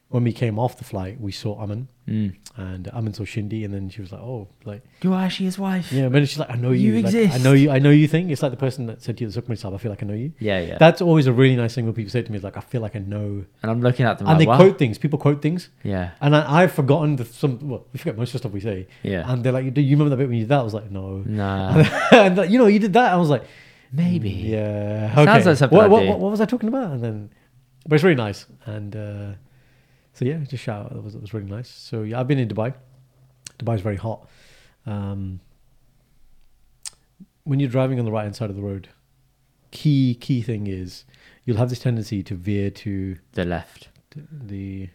S2: when we came off the flight, we saw Aman,
S1: Mm.
S2: and Aman saw Shindi, and then she was like, "Oh, like
S1: You're actually his wife.
S2: yeah." And then she's like, "I know you,
S1: You
S2: like, I
S1: exist.
S2: know you. I know you." Thing. It's like the person that said to you, "Suck myself." I feel like I know you.
S1: Yeah, yeah.
S2: That's always a really nice thing when people say to me, is like, "I feel like I know,"
S1: and I'm looking at them like,
S2: and they
S1: wow.
S2: quote things. People quote things.
S1: yeah.
S2: And I, I've forgotten the, some. Well, we forget most of the stuff we say.
S1: Yeah. Mm.
S2: And they're like, "Do you remember that bit when you did that?" I was like, "No."
S1: Nah.
S2: [LAUGHS] and they're like, you know, you did that. I was like,
S1: Maybe.
S2: Mm, Yeah. Okay.
S1: Sounds like something
S2: what,
S1: I'd
S2: what,
S1: do.
S2: what, what was I talking about? And then, but it's really nice. And uh, so yeah, just shout out. That was that was really nice. So yeah, I've been in Dubai. Dubai's very hot. Um, when you're driving on the right hand side of the road, key key thing is you'll have this tendency to veer to
S1: The left.
S2: to the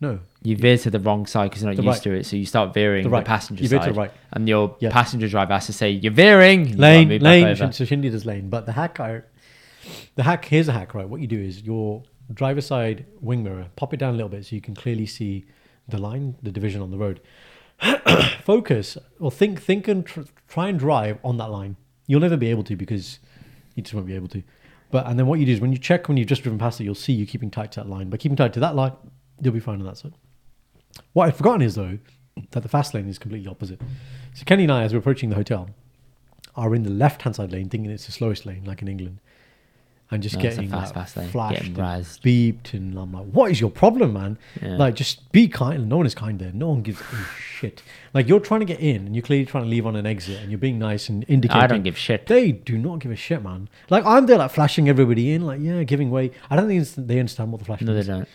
S2: no
S1: You veer to the wrong side because you're not
S2: The
S1: used
S2: right.
S1: to it, so you start veering
S2: the
S1: the,
S2: right
S1: passenger
S2: You veer
S1: side,
S2: to the right
S1: and your
S2: Yeah.
S1: passenger driver has to say, "You're veering." You gotta
S2: lane
S1: move back
S2: lane.
S1: over.
S2: Shin- So Shindy does lane, but the hack I the hack here's a hack right. What you do is your driver side wing mirror pop it down a little bit so you can clearly see the line, the division on the road. [COUGHS] Focus or think think and tr- try and drive on that line. You'll never be able to because you just won't be able to. But and then what you do is when you check when you've just driven past it, you'll see you keeping tight to that line. By keeping tight to that line, you'll be fine on that side. What I've forgotten is though that the fast lane is completely opposite. So Kenny and I, as we're approaching the hotel, are in the left-hand side lane, thinking it's the slowest lane, like in England, and just
S1: No, it's a
S2: getting
S1: fast,
S2: like,
S1: fast lane,
S2: flashed,
S1: getting
S2: and
S1: razzed.
S2: beeped, and I'm like, "What is your problem, man?
S1: Yeah.
S2: Like, just be kind. No one is kind there. No one gives a shit. Like, you're trying to get in, and you're clearly trying to leave on an exit, and you're being nice and indicating.
S1: I don't give shit.
S2: They do not give a shit, man. Like, I'm there, like flashing everybody in, like, yeah, giving way. I don't think it's- they understand what the flashing
S1: No, they
S2: is.
S1: don't.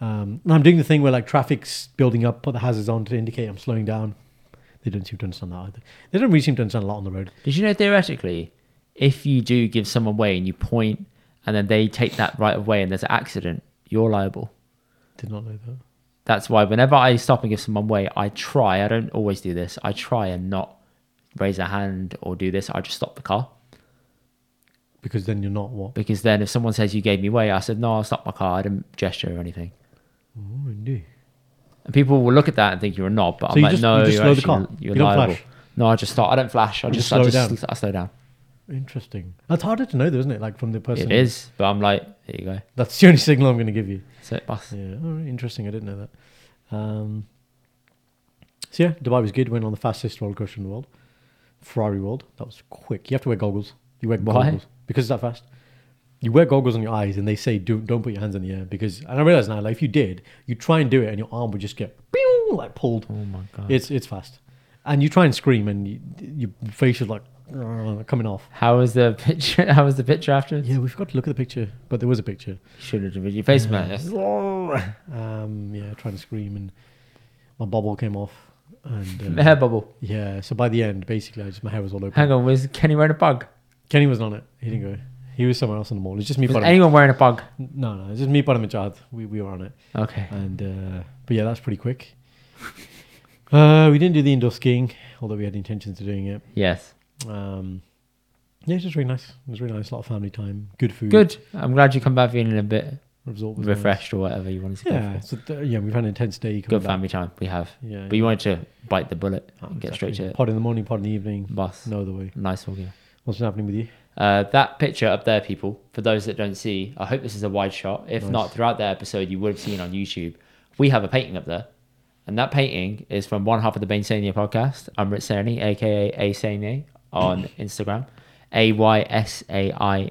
S2: Um, and I'm doing the thing where like traffic's building up, put the hazards on to indicate I'm slowing down. They don't seem to understand that either. They don't really seem to understand a lot on the road.
S1: Did you know theoretically, if you do give someone way and you point, and then they take that right of way, and there's an accident, you're liable.
S2: Did not know that.
S1: That's why whenever I stop and give someone way, I try. I don't always do this. I try and not raise a hand or do this. I just stop the car
S2: Because then you're not what?
S1: because then if someone says you gave me way, I said no, I stopped my car. I didn't gesture or anything.
S2: Oh, indeed.
S1: And people will look at that and think you're a knob, but
S2: So
S1: I'm
S2: you
S1: like,
S2: just-
S1: no,
S2: you just
S1: you're
S2: slow the
S1: actually,
S2: car?
S1: you're
S2: You don't
S1: liable.
S2: flash?
S1: No, I just start. I don't flash. I
S2: You
S1: just,
S2: slow
S1: I just,
S2: down.
S1: I slow down.
S2: Interesting. That's harder to know, though, isn't it? Like from the person.
S1: It is, but I'm like, there you go.
S2: That's the only signal I'm going to give you.
S1: That's it, boss.
S2: Yeah. All right. Interesting. I didn't know that. Um, so yeah, Dubai was good. Went on the fastest roller coaster in the world, Ferrari World. That was quick. You have to wear goggles. You wear
S1: Why?
S2: goggles because it's that fast. You wear goggles on your eyes, and they say do, don't put your hands in the air because. And I realize now, like if you did, you try and do it, and your arm would just get pew, like pulled.
S1: Oh my god.
S2: It's it's fast, and you try and scream, and you, your face is like [LAUGHS] coming off.
S1: How was the picture? [LAUGHS] How was the picture after?
S2: Yeah, we forgot to look at the picture, but there was a picture.
S1: Should have your face, man. Yes.
S2: Um, yeah, trying to scream, and my bubble came off.
S1: [LAUGHS]
S2: And uh,
S1: Hair bubble.
S2: yeah, so by the end, basically, I just my hair was all open.
S1: Hang on, was Kenny wearing a bug?
S2: Kenny wasn't on it. He didn't go. He was somewhere else in the mall. It's just me.
S1: Was
S2: Param-
S1: anyone wearing a bug?
S2: no, no, it's just me, Param and Jad. We we were on it,
S1: Okay.
S2: and uh, but yeah, that's pretty
S1: [LAUGHS]
S2: quick. Uh, we didn't do the indoor skiing, although we had intentions of doing it.
S1: Yes.
S2: Um, yeah, it's just really nice. It was really nice. A lot of family time. Good food.
S1: Good. I'm glad you come back feeling a bit
S2: Resort was nice.
S1: refreshed or whatever you wanted to
S2: Yeah.
S1: go for.
S2: So th- yeah, we've had an intense day. coming
S1: Good
S2: back.
S1: family time we have.
S2: Yeah.
S1: But you wanted to bite the bullet
S2: Oh,
S1: and get
S2: exactly.
S1: straight to it.
S2: Pod in the morning, pod in the evening.
S1: Boss.
S2: No other way.
S1: Nice talking.
S2: What's been happening with you?
S1: Uh, that picture up there, people, for those that don't see, I hope this is a wide shot. If
S2: Nice.
S1: not, throughout the episode, you would have seen on YouTube, we have a painting up there. And that painting is from one half of the Bain Sania podcast. I'm Rit Sani, aka A Sania, on Instagram. A Y S A I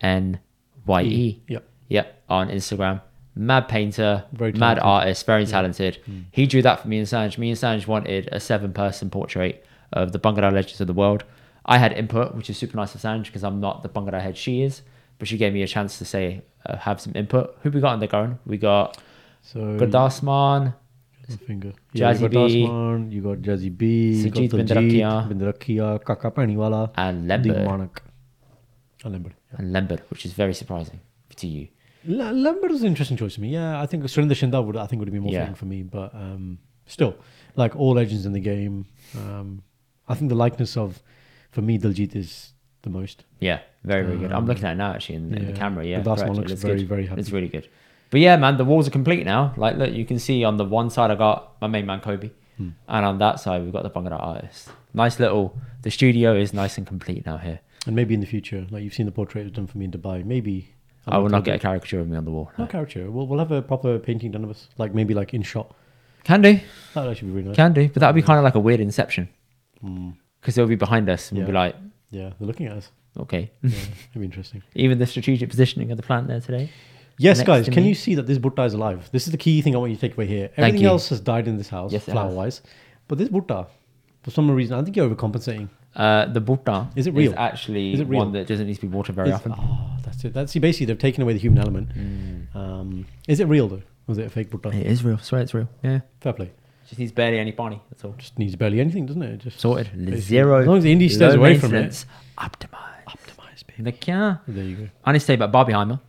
S1: N Y E.
S2: Yeah.
S1: Yep, on Instagram. Mad painter,
S2: Very
S1: mad
S2: talented. Mm.
S1: artist, very talented. He drew that for me and Sanj. Me and Sanj wanted a seven person portrait of the Bangladesh legends of the world. I had input, which is super nice of Sanj because I'm not the Bangladesh head she is, but she gave me a chance to say, uh, have some input. Who we got on the going? We got
S2: So
S1: Gurdasman,
S2: the finger. Yeah,
S1: Jazzy
S2: you got
S1: B.
S2: Dasman, you got Jazzy B, you got
S1: Sujit Bindarakia.
S2: Bindarakia, Kaka Paniwala,
S1: and uh,
S2: Deep
S1: Lembert.
S2: Manak. And Lambert.
S1: And Lembert, which is very surprising to you.
S2: L- Lambert was an interesting choice for me. Yeah, I think Surinder Shindar would I think would have been more
S1: Yeah.
S2: fitting for me, but um, still, like all legends in the game, um, I think the likeness of for me Diljit is the most.
S1: Yeah, very, very good. I'm looking at it now actually in, in the
S2: Um, yeah.
S1: camera. Yeah,
S2: The last one
S1: correct. It
S2: looks very,
S1: good.
S2: very happy.
S1: It's really good. But yeah, man, the walls are complete now. Like, look, you can see on the one side I got my main man Kobe,
S2: Hmm.
S1: and on that side we've got the Bangladesh artist. Nice little. The studio is nice and complete now here.
S2: And maybe in the future, like you've seen the portrait done for me in Dubai, maybe
S1: i will not get a caricature of me on the wall.
S2: No caricature. We'll, we'll have a proper painting done of us, like maybe like in shot.
S1: Can do,
S2: That actually be really nice.
S1: can do, but
S2: Hmm.
S1: that'd be kind of like a weird Inception because they'll be behind us and we'll be
S2: Yeah.
S1: like,
S2: Yeah, they're looking at us.
S1: okay, [LAUGHS]
S2: Yeah, it'd be interesting.
S1: even the strategic positioning of the plant there today.
S2: [LAUGHS] Yes,
S1: Next
S2: guys,
S1: to
S2: can
S1: me.
S2: you see that this Buddha is alive? This is the key thing I want you to take away here. Everything
S1: you.
S2: else has died in this house,
S1: Yes, it
S2: flower wise. But this Buddha, for some reason, I think you're overcompensating.
S1: Uh, the Buddha
S2: Is it real?
S1: actually
S2: Is it real?
S1: one that doesn't need to be watered very
S2: Is-
S1: often.
S2: Oh, that's it. That's see, basically they've taken away the human element.
S1: Mm.
S2: Um, is it real though? Was it a fake Buddha?
S1: It is real. swear it's real. Yeah.
S2: Fair play.
S1: Just needs barely any Barney. That's all.
S2: Just needs barely anything, doesn't it? Just
S1: Sorted.
S2: basically-
S1: Zero.
S2: As long as the indie stays
S1: low
S2: away from it.
S1: maintenance. Optimized.
S2: Optimised, baby.
S1: The car.
S2: There you
S1: I need to say about Barbie Heimer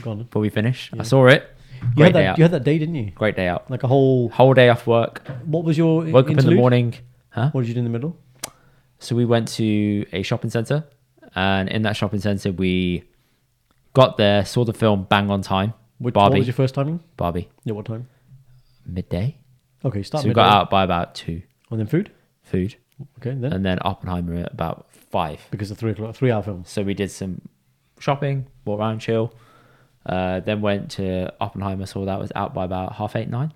S2: go. Gone.
S1: before we finish.
S2: Yeah.
S1: I saw it.
S2: You
S1: Great
S2: had
S1: day
S2: that.
S1: out.
S2: You had that day, didn't you?
S1: Great day out.
S2: Like a whole.
S1: Whole day off work.
S2: What was your?
S1: Woke up in the
S2: interlude?
S1: morning. Huh?
S2: What did you do in the middle?
S1: So we went to a shopping center, and in that shopping center we got there, saw the film bang on time.
S2: Which, What
S1: Barbie.
S2: was your first timing?
S1: Barbie.
S2: Yeah, what time?
S1: Midday.
S2: Okay, start
S1: so we
S2: Oh, midday.
S1: got out by about two.
S2: And then food.
S1: Food,
S2: Okay, then
S1: and then Oppenheimer at about five.
S2: because the three o'clock, three hour film.
S1: So we did some shopping, walked around, chill. Uh, then went to Oppenheimer. Saw that was out by about half eight, nine.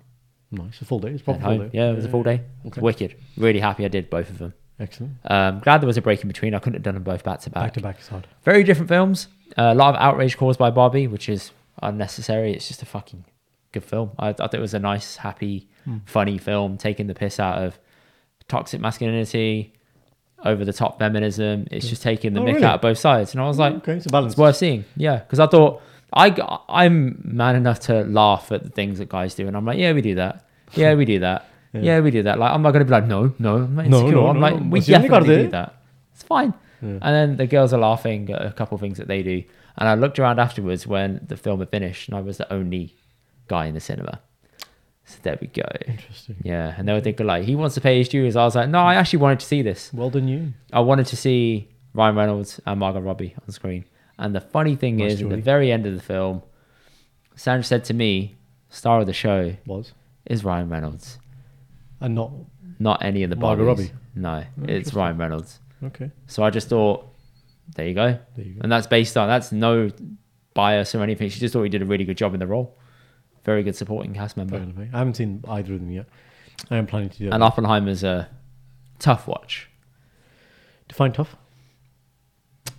S2: Nice, a full day. It's
S1: At
S2: probably Oh, full
S1: home.
S2: day.
S1: Yeah, it was a full day.
S2: Okay.
S1: Wicked. Really happy I did both of them.
S2: Excellent.
S1: Um, glad there was a break in between. I couldn't have done them both back to
S2: Back
S1: back.
S2: to back is hard.
S1: Very different films. a lot of outrage caused by Barbie, which is unnecessary. It's just a fucking good film. I, I thought it was a nice, happy,
S2: Hmm.
S1: funny film, taking the piss out of toxic masculinity, over the top feminism. It's just taking the
S2: Oh,
S1: mick
S2: really?
S1: out of both sides. And I was like,
S2: okay, it's a
S1: Um,
S2: balance.
S1: it's worth seeing. Yeah, because I thought I I'm man enough to laugh at the things that guys do, and I'm like, yeah, we do that. Yeah, we do that.
S2: Yeah.
S1: yeah. we do that. Like, I'm not gonna be like, no, no, I'm not
S2: No,
S1: insecure.
S2: no,
S1: I'm
S2: no,
S1: like,
S2: no.
S1: we
S2: It's the only
S1: definitely
S2: gotta do
S1: do
S2: it."
S1: that. It's fine.
S2: Yeah.
S1: And then the girls are laughing at a couple of things that they do. And I looked around afterwards when the film had finished, and I was the only guy in the cinema. So there we go.
S2: Interesting.
S1: Yeah, and they were thinking like, he wants to pay his dues. I was like, no, I actually wanted to see this.
S2: Well done, you.
S1: I wanted to see Ryan Reynolds and Margot Robbie on screen. And the funny thing is,
S2: Nice
S1: at
S2: Geordie.
S1: the very end of the film, Sandra said to me, "Star of the show
S2: Was
S1: is Ryan Reynolds,
S2: and not
S1: not any of the
S2: Margot
S1: Barbies."
S2: Robbie?
S1: No, it's
S2: interesting.
S1: Ryan Reynolds.
S2: okay.
S1: So I just thought, there you go.
S2: There you go.
S1: And that's based on that's no bias or anything. She just thought he did a really good job in the role. Very good supporting cast member.
S2: Fair enough, eh? I haven't seen either of them yet. I am planning to do that.
S1: And Oppenheimer's a tough watch.
S2: Define tough.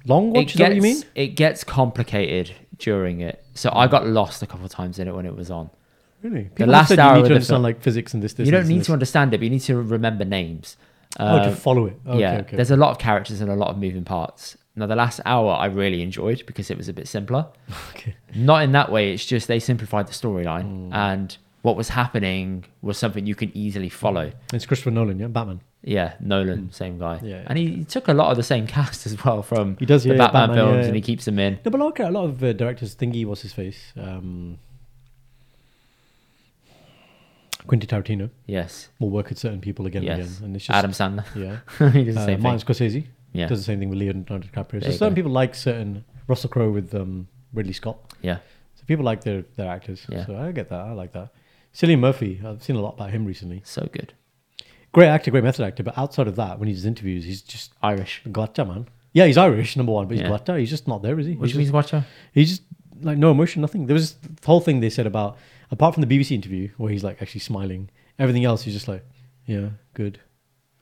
S2: Long watch,
S1: it
S2: is that what you mean?
S1: gets- It gets complicated during it. So I got lost a couple of times in it when it was on.
S2: Really? People have
S1: last
S2: said
S1: hour of
S2: you need to
S1: the
S2: understand
S1: film.
S2: like physics and this, this.
S1: you don't
S2: this,
S1: need
S2: and
S1: to understand it, but you need to remember names.
S2: this. Oh,
S1: Um,
S2: to follow it. Okay,
S1: yeah,
S2: okay.
S1: there's a lot of characters and a lot of moving parts. Now, the last hour I really enjoyed because it was a bit simpler.
S2: [LAUGHS] okay.
S1: Not in that way, it's just they simplified the
S2: Mm.
S1: storyline and what was happening was something you can easily follow.
S2: It's Christopher Nolan, yeah, Batman.
S1: Yeah, Nolan, same guy.
S2: Mm. Yeah, yeah.
S1: And he, he took a lot of the same [LAUGHS] cast as well from
S2: He does,
S1: the
S2: yeah, yeah,
S1: Batman,
S2: Batman,
S1: films
S2: yeah,
S1: and
S2: yeah.
S1: he keeps them in.
S2: No, but like a lot of uh, directors thingy, what's his face? Um, Quentin Tarantino
S1: Yes.
S2: will work with certain people again and
S1: Yes.
S2: again, and it's just
S1: Adam Sandler.
S2: yeah.
S1: he [LAUGHS] does the
S2: Uh,
S1: same
S2: Martin
S1: thing.
S2: Scorsese
S1: Yeah.
S2: does the same thing with Leonardo DiCaprio. So
S1: There you
S2: certain
S1: go.
S2: people like certain Russell Crowe with um, Ridley Scott.
S1: Yeah.
S2: So people like their their actors.
S1: Yeah.
S2: So I get that. I like that. Cillian Murphy, I've seen a lot about him recently.
S1: So good.
S2: Great actor, great method actor. But outside of that, when he does interviews, he's just
S1: Irish.
S2: glatter, man. Yeah, he's Irish, number one, but he's
S1: Yeah.
S2: glatter. He's just not there, is he?
S1: Which
S2: he's,
S1: means uh,
S2: just,
S1: watcher?
S2: he's just like no emotion, nothing. There was the whole thing they said about apart from the BBC interview where he's like actually smiling. Everything else, he's just like, yeah, good,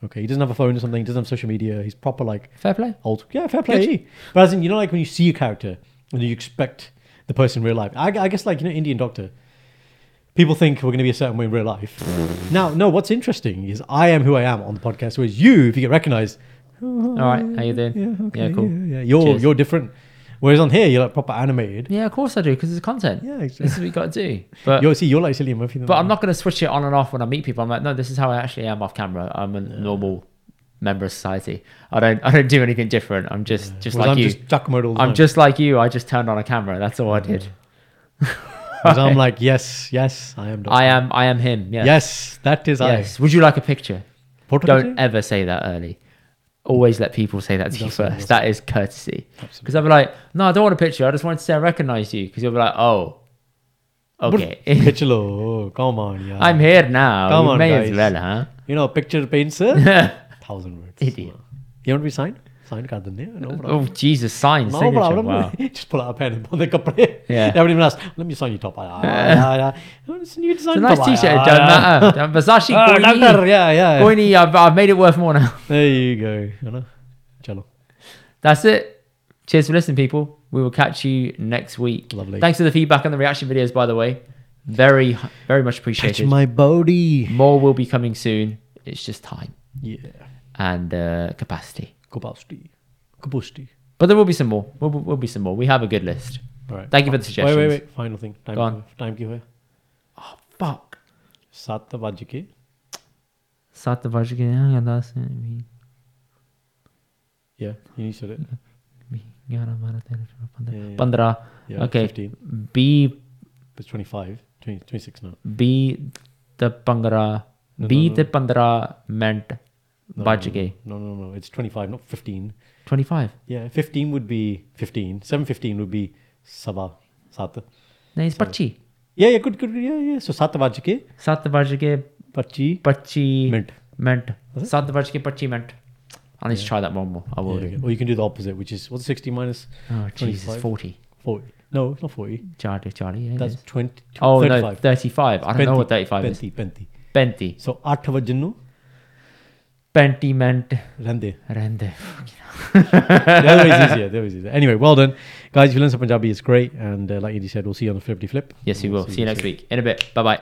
S2: okay. He doesn't have a phone or something. He doesn't have social media. He's proper like
S1: Fair play.
S2: old. Yeah, fair play. But as in, you know, like when you see a character and you expect the person in real life. I, I guess, like, you know, Indian Doctor, people think we're going to be a certain way in real
S1: [LAUGHS]
S2: life. now, no, what's interesting is I am who I am on the podcast, whereas you, if you get recognized, all
S1: right, how you doing?
S2: Yeah, okay,
S1: Yeah, cool.
S2: Yeah, yeah. You're,
S1: Cheers.
S2: you're different. Whereas on here, you're like proper animated.
S1: Yeah, of course I do because it's content.
S2: Yeah,
S1: This is what you got to do. But
S2: You're, see, you're like Cillian Murphy.
S1: but I'm not going to switch it on and off when I meet people. I'm like, no, this is how I actually am off camera. I'm a normal member of society. I don't I don't do anything different. I'm just just
S2: Whereas
S1: like
S2: I'm
S1: you.
S2: just Jack Murdoch all the
S1: I'm
S2: time.
S1: just like you. I just turned on a camera. That's all I did. [LAUGHS]
S2: Whereas I'm like, yes, yes, I am. Doctor.
S1: I am I am him. Yes.
S2: Yes, that is
S1: Yes. Would you like a picture?
S2: I. Portrait
S1: Don't
S2: picture?
S1: ever say that early. Always let people say that to you
S2: That's right,
S1: first.
S2: that's
S1: That is courtesy.
S2: Absolutely.
S1: Because I'll be like, no, I don't want a picture. I just wanted to say I recognize you. Because you'll be like, oh,
S2: [LAUGHS]
S1: okay.
S2: Piccolo, come on, yeah.
S1: [LAUGHS] I'm here now.
S2: Come
S1: you
S2: on,
S1: may
S2: guys.
S1: as well, huh?
S2: You know, picture
S1: [LAUGHS]
S2: paints a thousand words.
S1: Idiot.
S2: You want to be signed? Signed kar denge, no problem.
S1: Oh Jesus, sign
S2: No
S1: signature.
S2: problem.
S1: Wow.
S2: [LAUGHS] Just pull out a pen and put the kapre. [LAUGHS]
S1: Yeah.
S2: They haven't even asked, let me sign your top. Ah, yeah, yeah. Oh, it's a new design
S1: It's a nice
S2: top.
S1: t-shirt. It
S2: Ah, yeah. [LAUGHS]
S1: don't matter. Um, Versace,
S2: Ah,
S1: Goini.
S2: doctor, yeah, yeah.
S1: Goini, I've, I've made it worth more now. [LAUGHS]
S2: There you go. You know? Chalo.
S1: That's it. Cheers for listening, people. We will catch you next week.
S2: Lovely.
S1: Thanks for the feedback on the reaction videos, by the way. Very, very much
S2: Catch
S1: appreciated.
S2: my body.
S1: More will be coming soon. It's just time
S2: Yeah.
S1: and uh, capacity.
S2: Kapasti. Kapasti.
S1: But there will be some more. Will, will will be some more. We have a good list.
S2: All right.
S1: Thank you for the
S2: Wait,
S1: suggestions.
S2: wait, wait. Final thing. Time
S1: Go on.
S2: keeper. Time keeper.
S1: Fuck.
S2: सात बज के
S1: सात बज गए हैं, दस हैं,
S2: yeah you need to do it
S1: ग्यारह, बारह, तेरह, चौदह,
S2: Yeah, yeah.
S1: पंद्रह
S2: yeah
S1: Okay.
S2: 15
S1: be
S2: it's 25 20, 26 now.
S1: B the Bangara.
S2: No,
S1: B
S2: no,
S1: the Bandara meant
S2: No,
S1: Bajage.
S2: No, no, no. It's 25, not 15.
S1: 25.
S2: Yeah, 15 would be 15. 715 would be Sabah. Sata.
S1: No, it's Pachi.
S2: Yeah, yeah, good, good. good, Yeah, yeah. So Sata Vajake,
S1: Sat Bajage,
S2: Pachi,
S1: Pachi meant.
S2: Mint.
S1: meant. Sat Bajage, Pachi meant. I need to try that one more. I will
S2: Yeah,
S1: do.
S2: yeah. Or you can do the opposite, which is what's 60 minus
S1: Oh, Jesus.
S2: 25.
S1: 40.
S2: 40? No, it's not 40.
S1: Charlie, Charlie. Yeah, it
S2: That's
S1: is.
S2: 20.
S1: Mm-hmm. oh,
S2: 35.
S1: no. 35. I don't know what 35 is.
S2: Penti, Penti.
S1: Penti.
S2: So 8 vajanu
S1: Penti meant. [LAUGHS]
S2: rande.
S1: Rende.
S2: The other way is easier. The other way is easier. Anyway, well done. Guys, if you learn some Punjabi, it's great. And uh, like Indy said, we'll see you on the flippity flip.
S1: Yes, we will. See you next
S2: week.
S1: week. In a bit. Bye bye.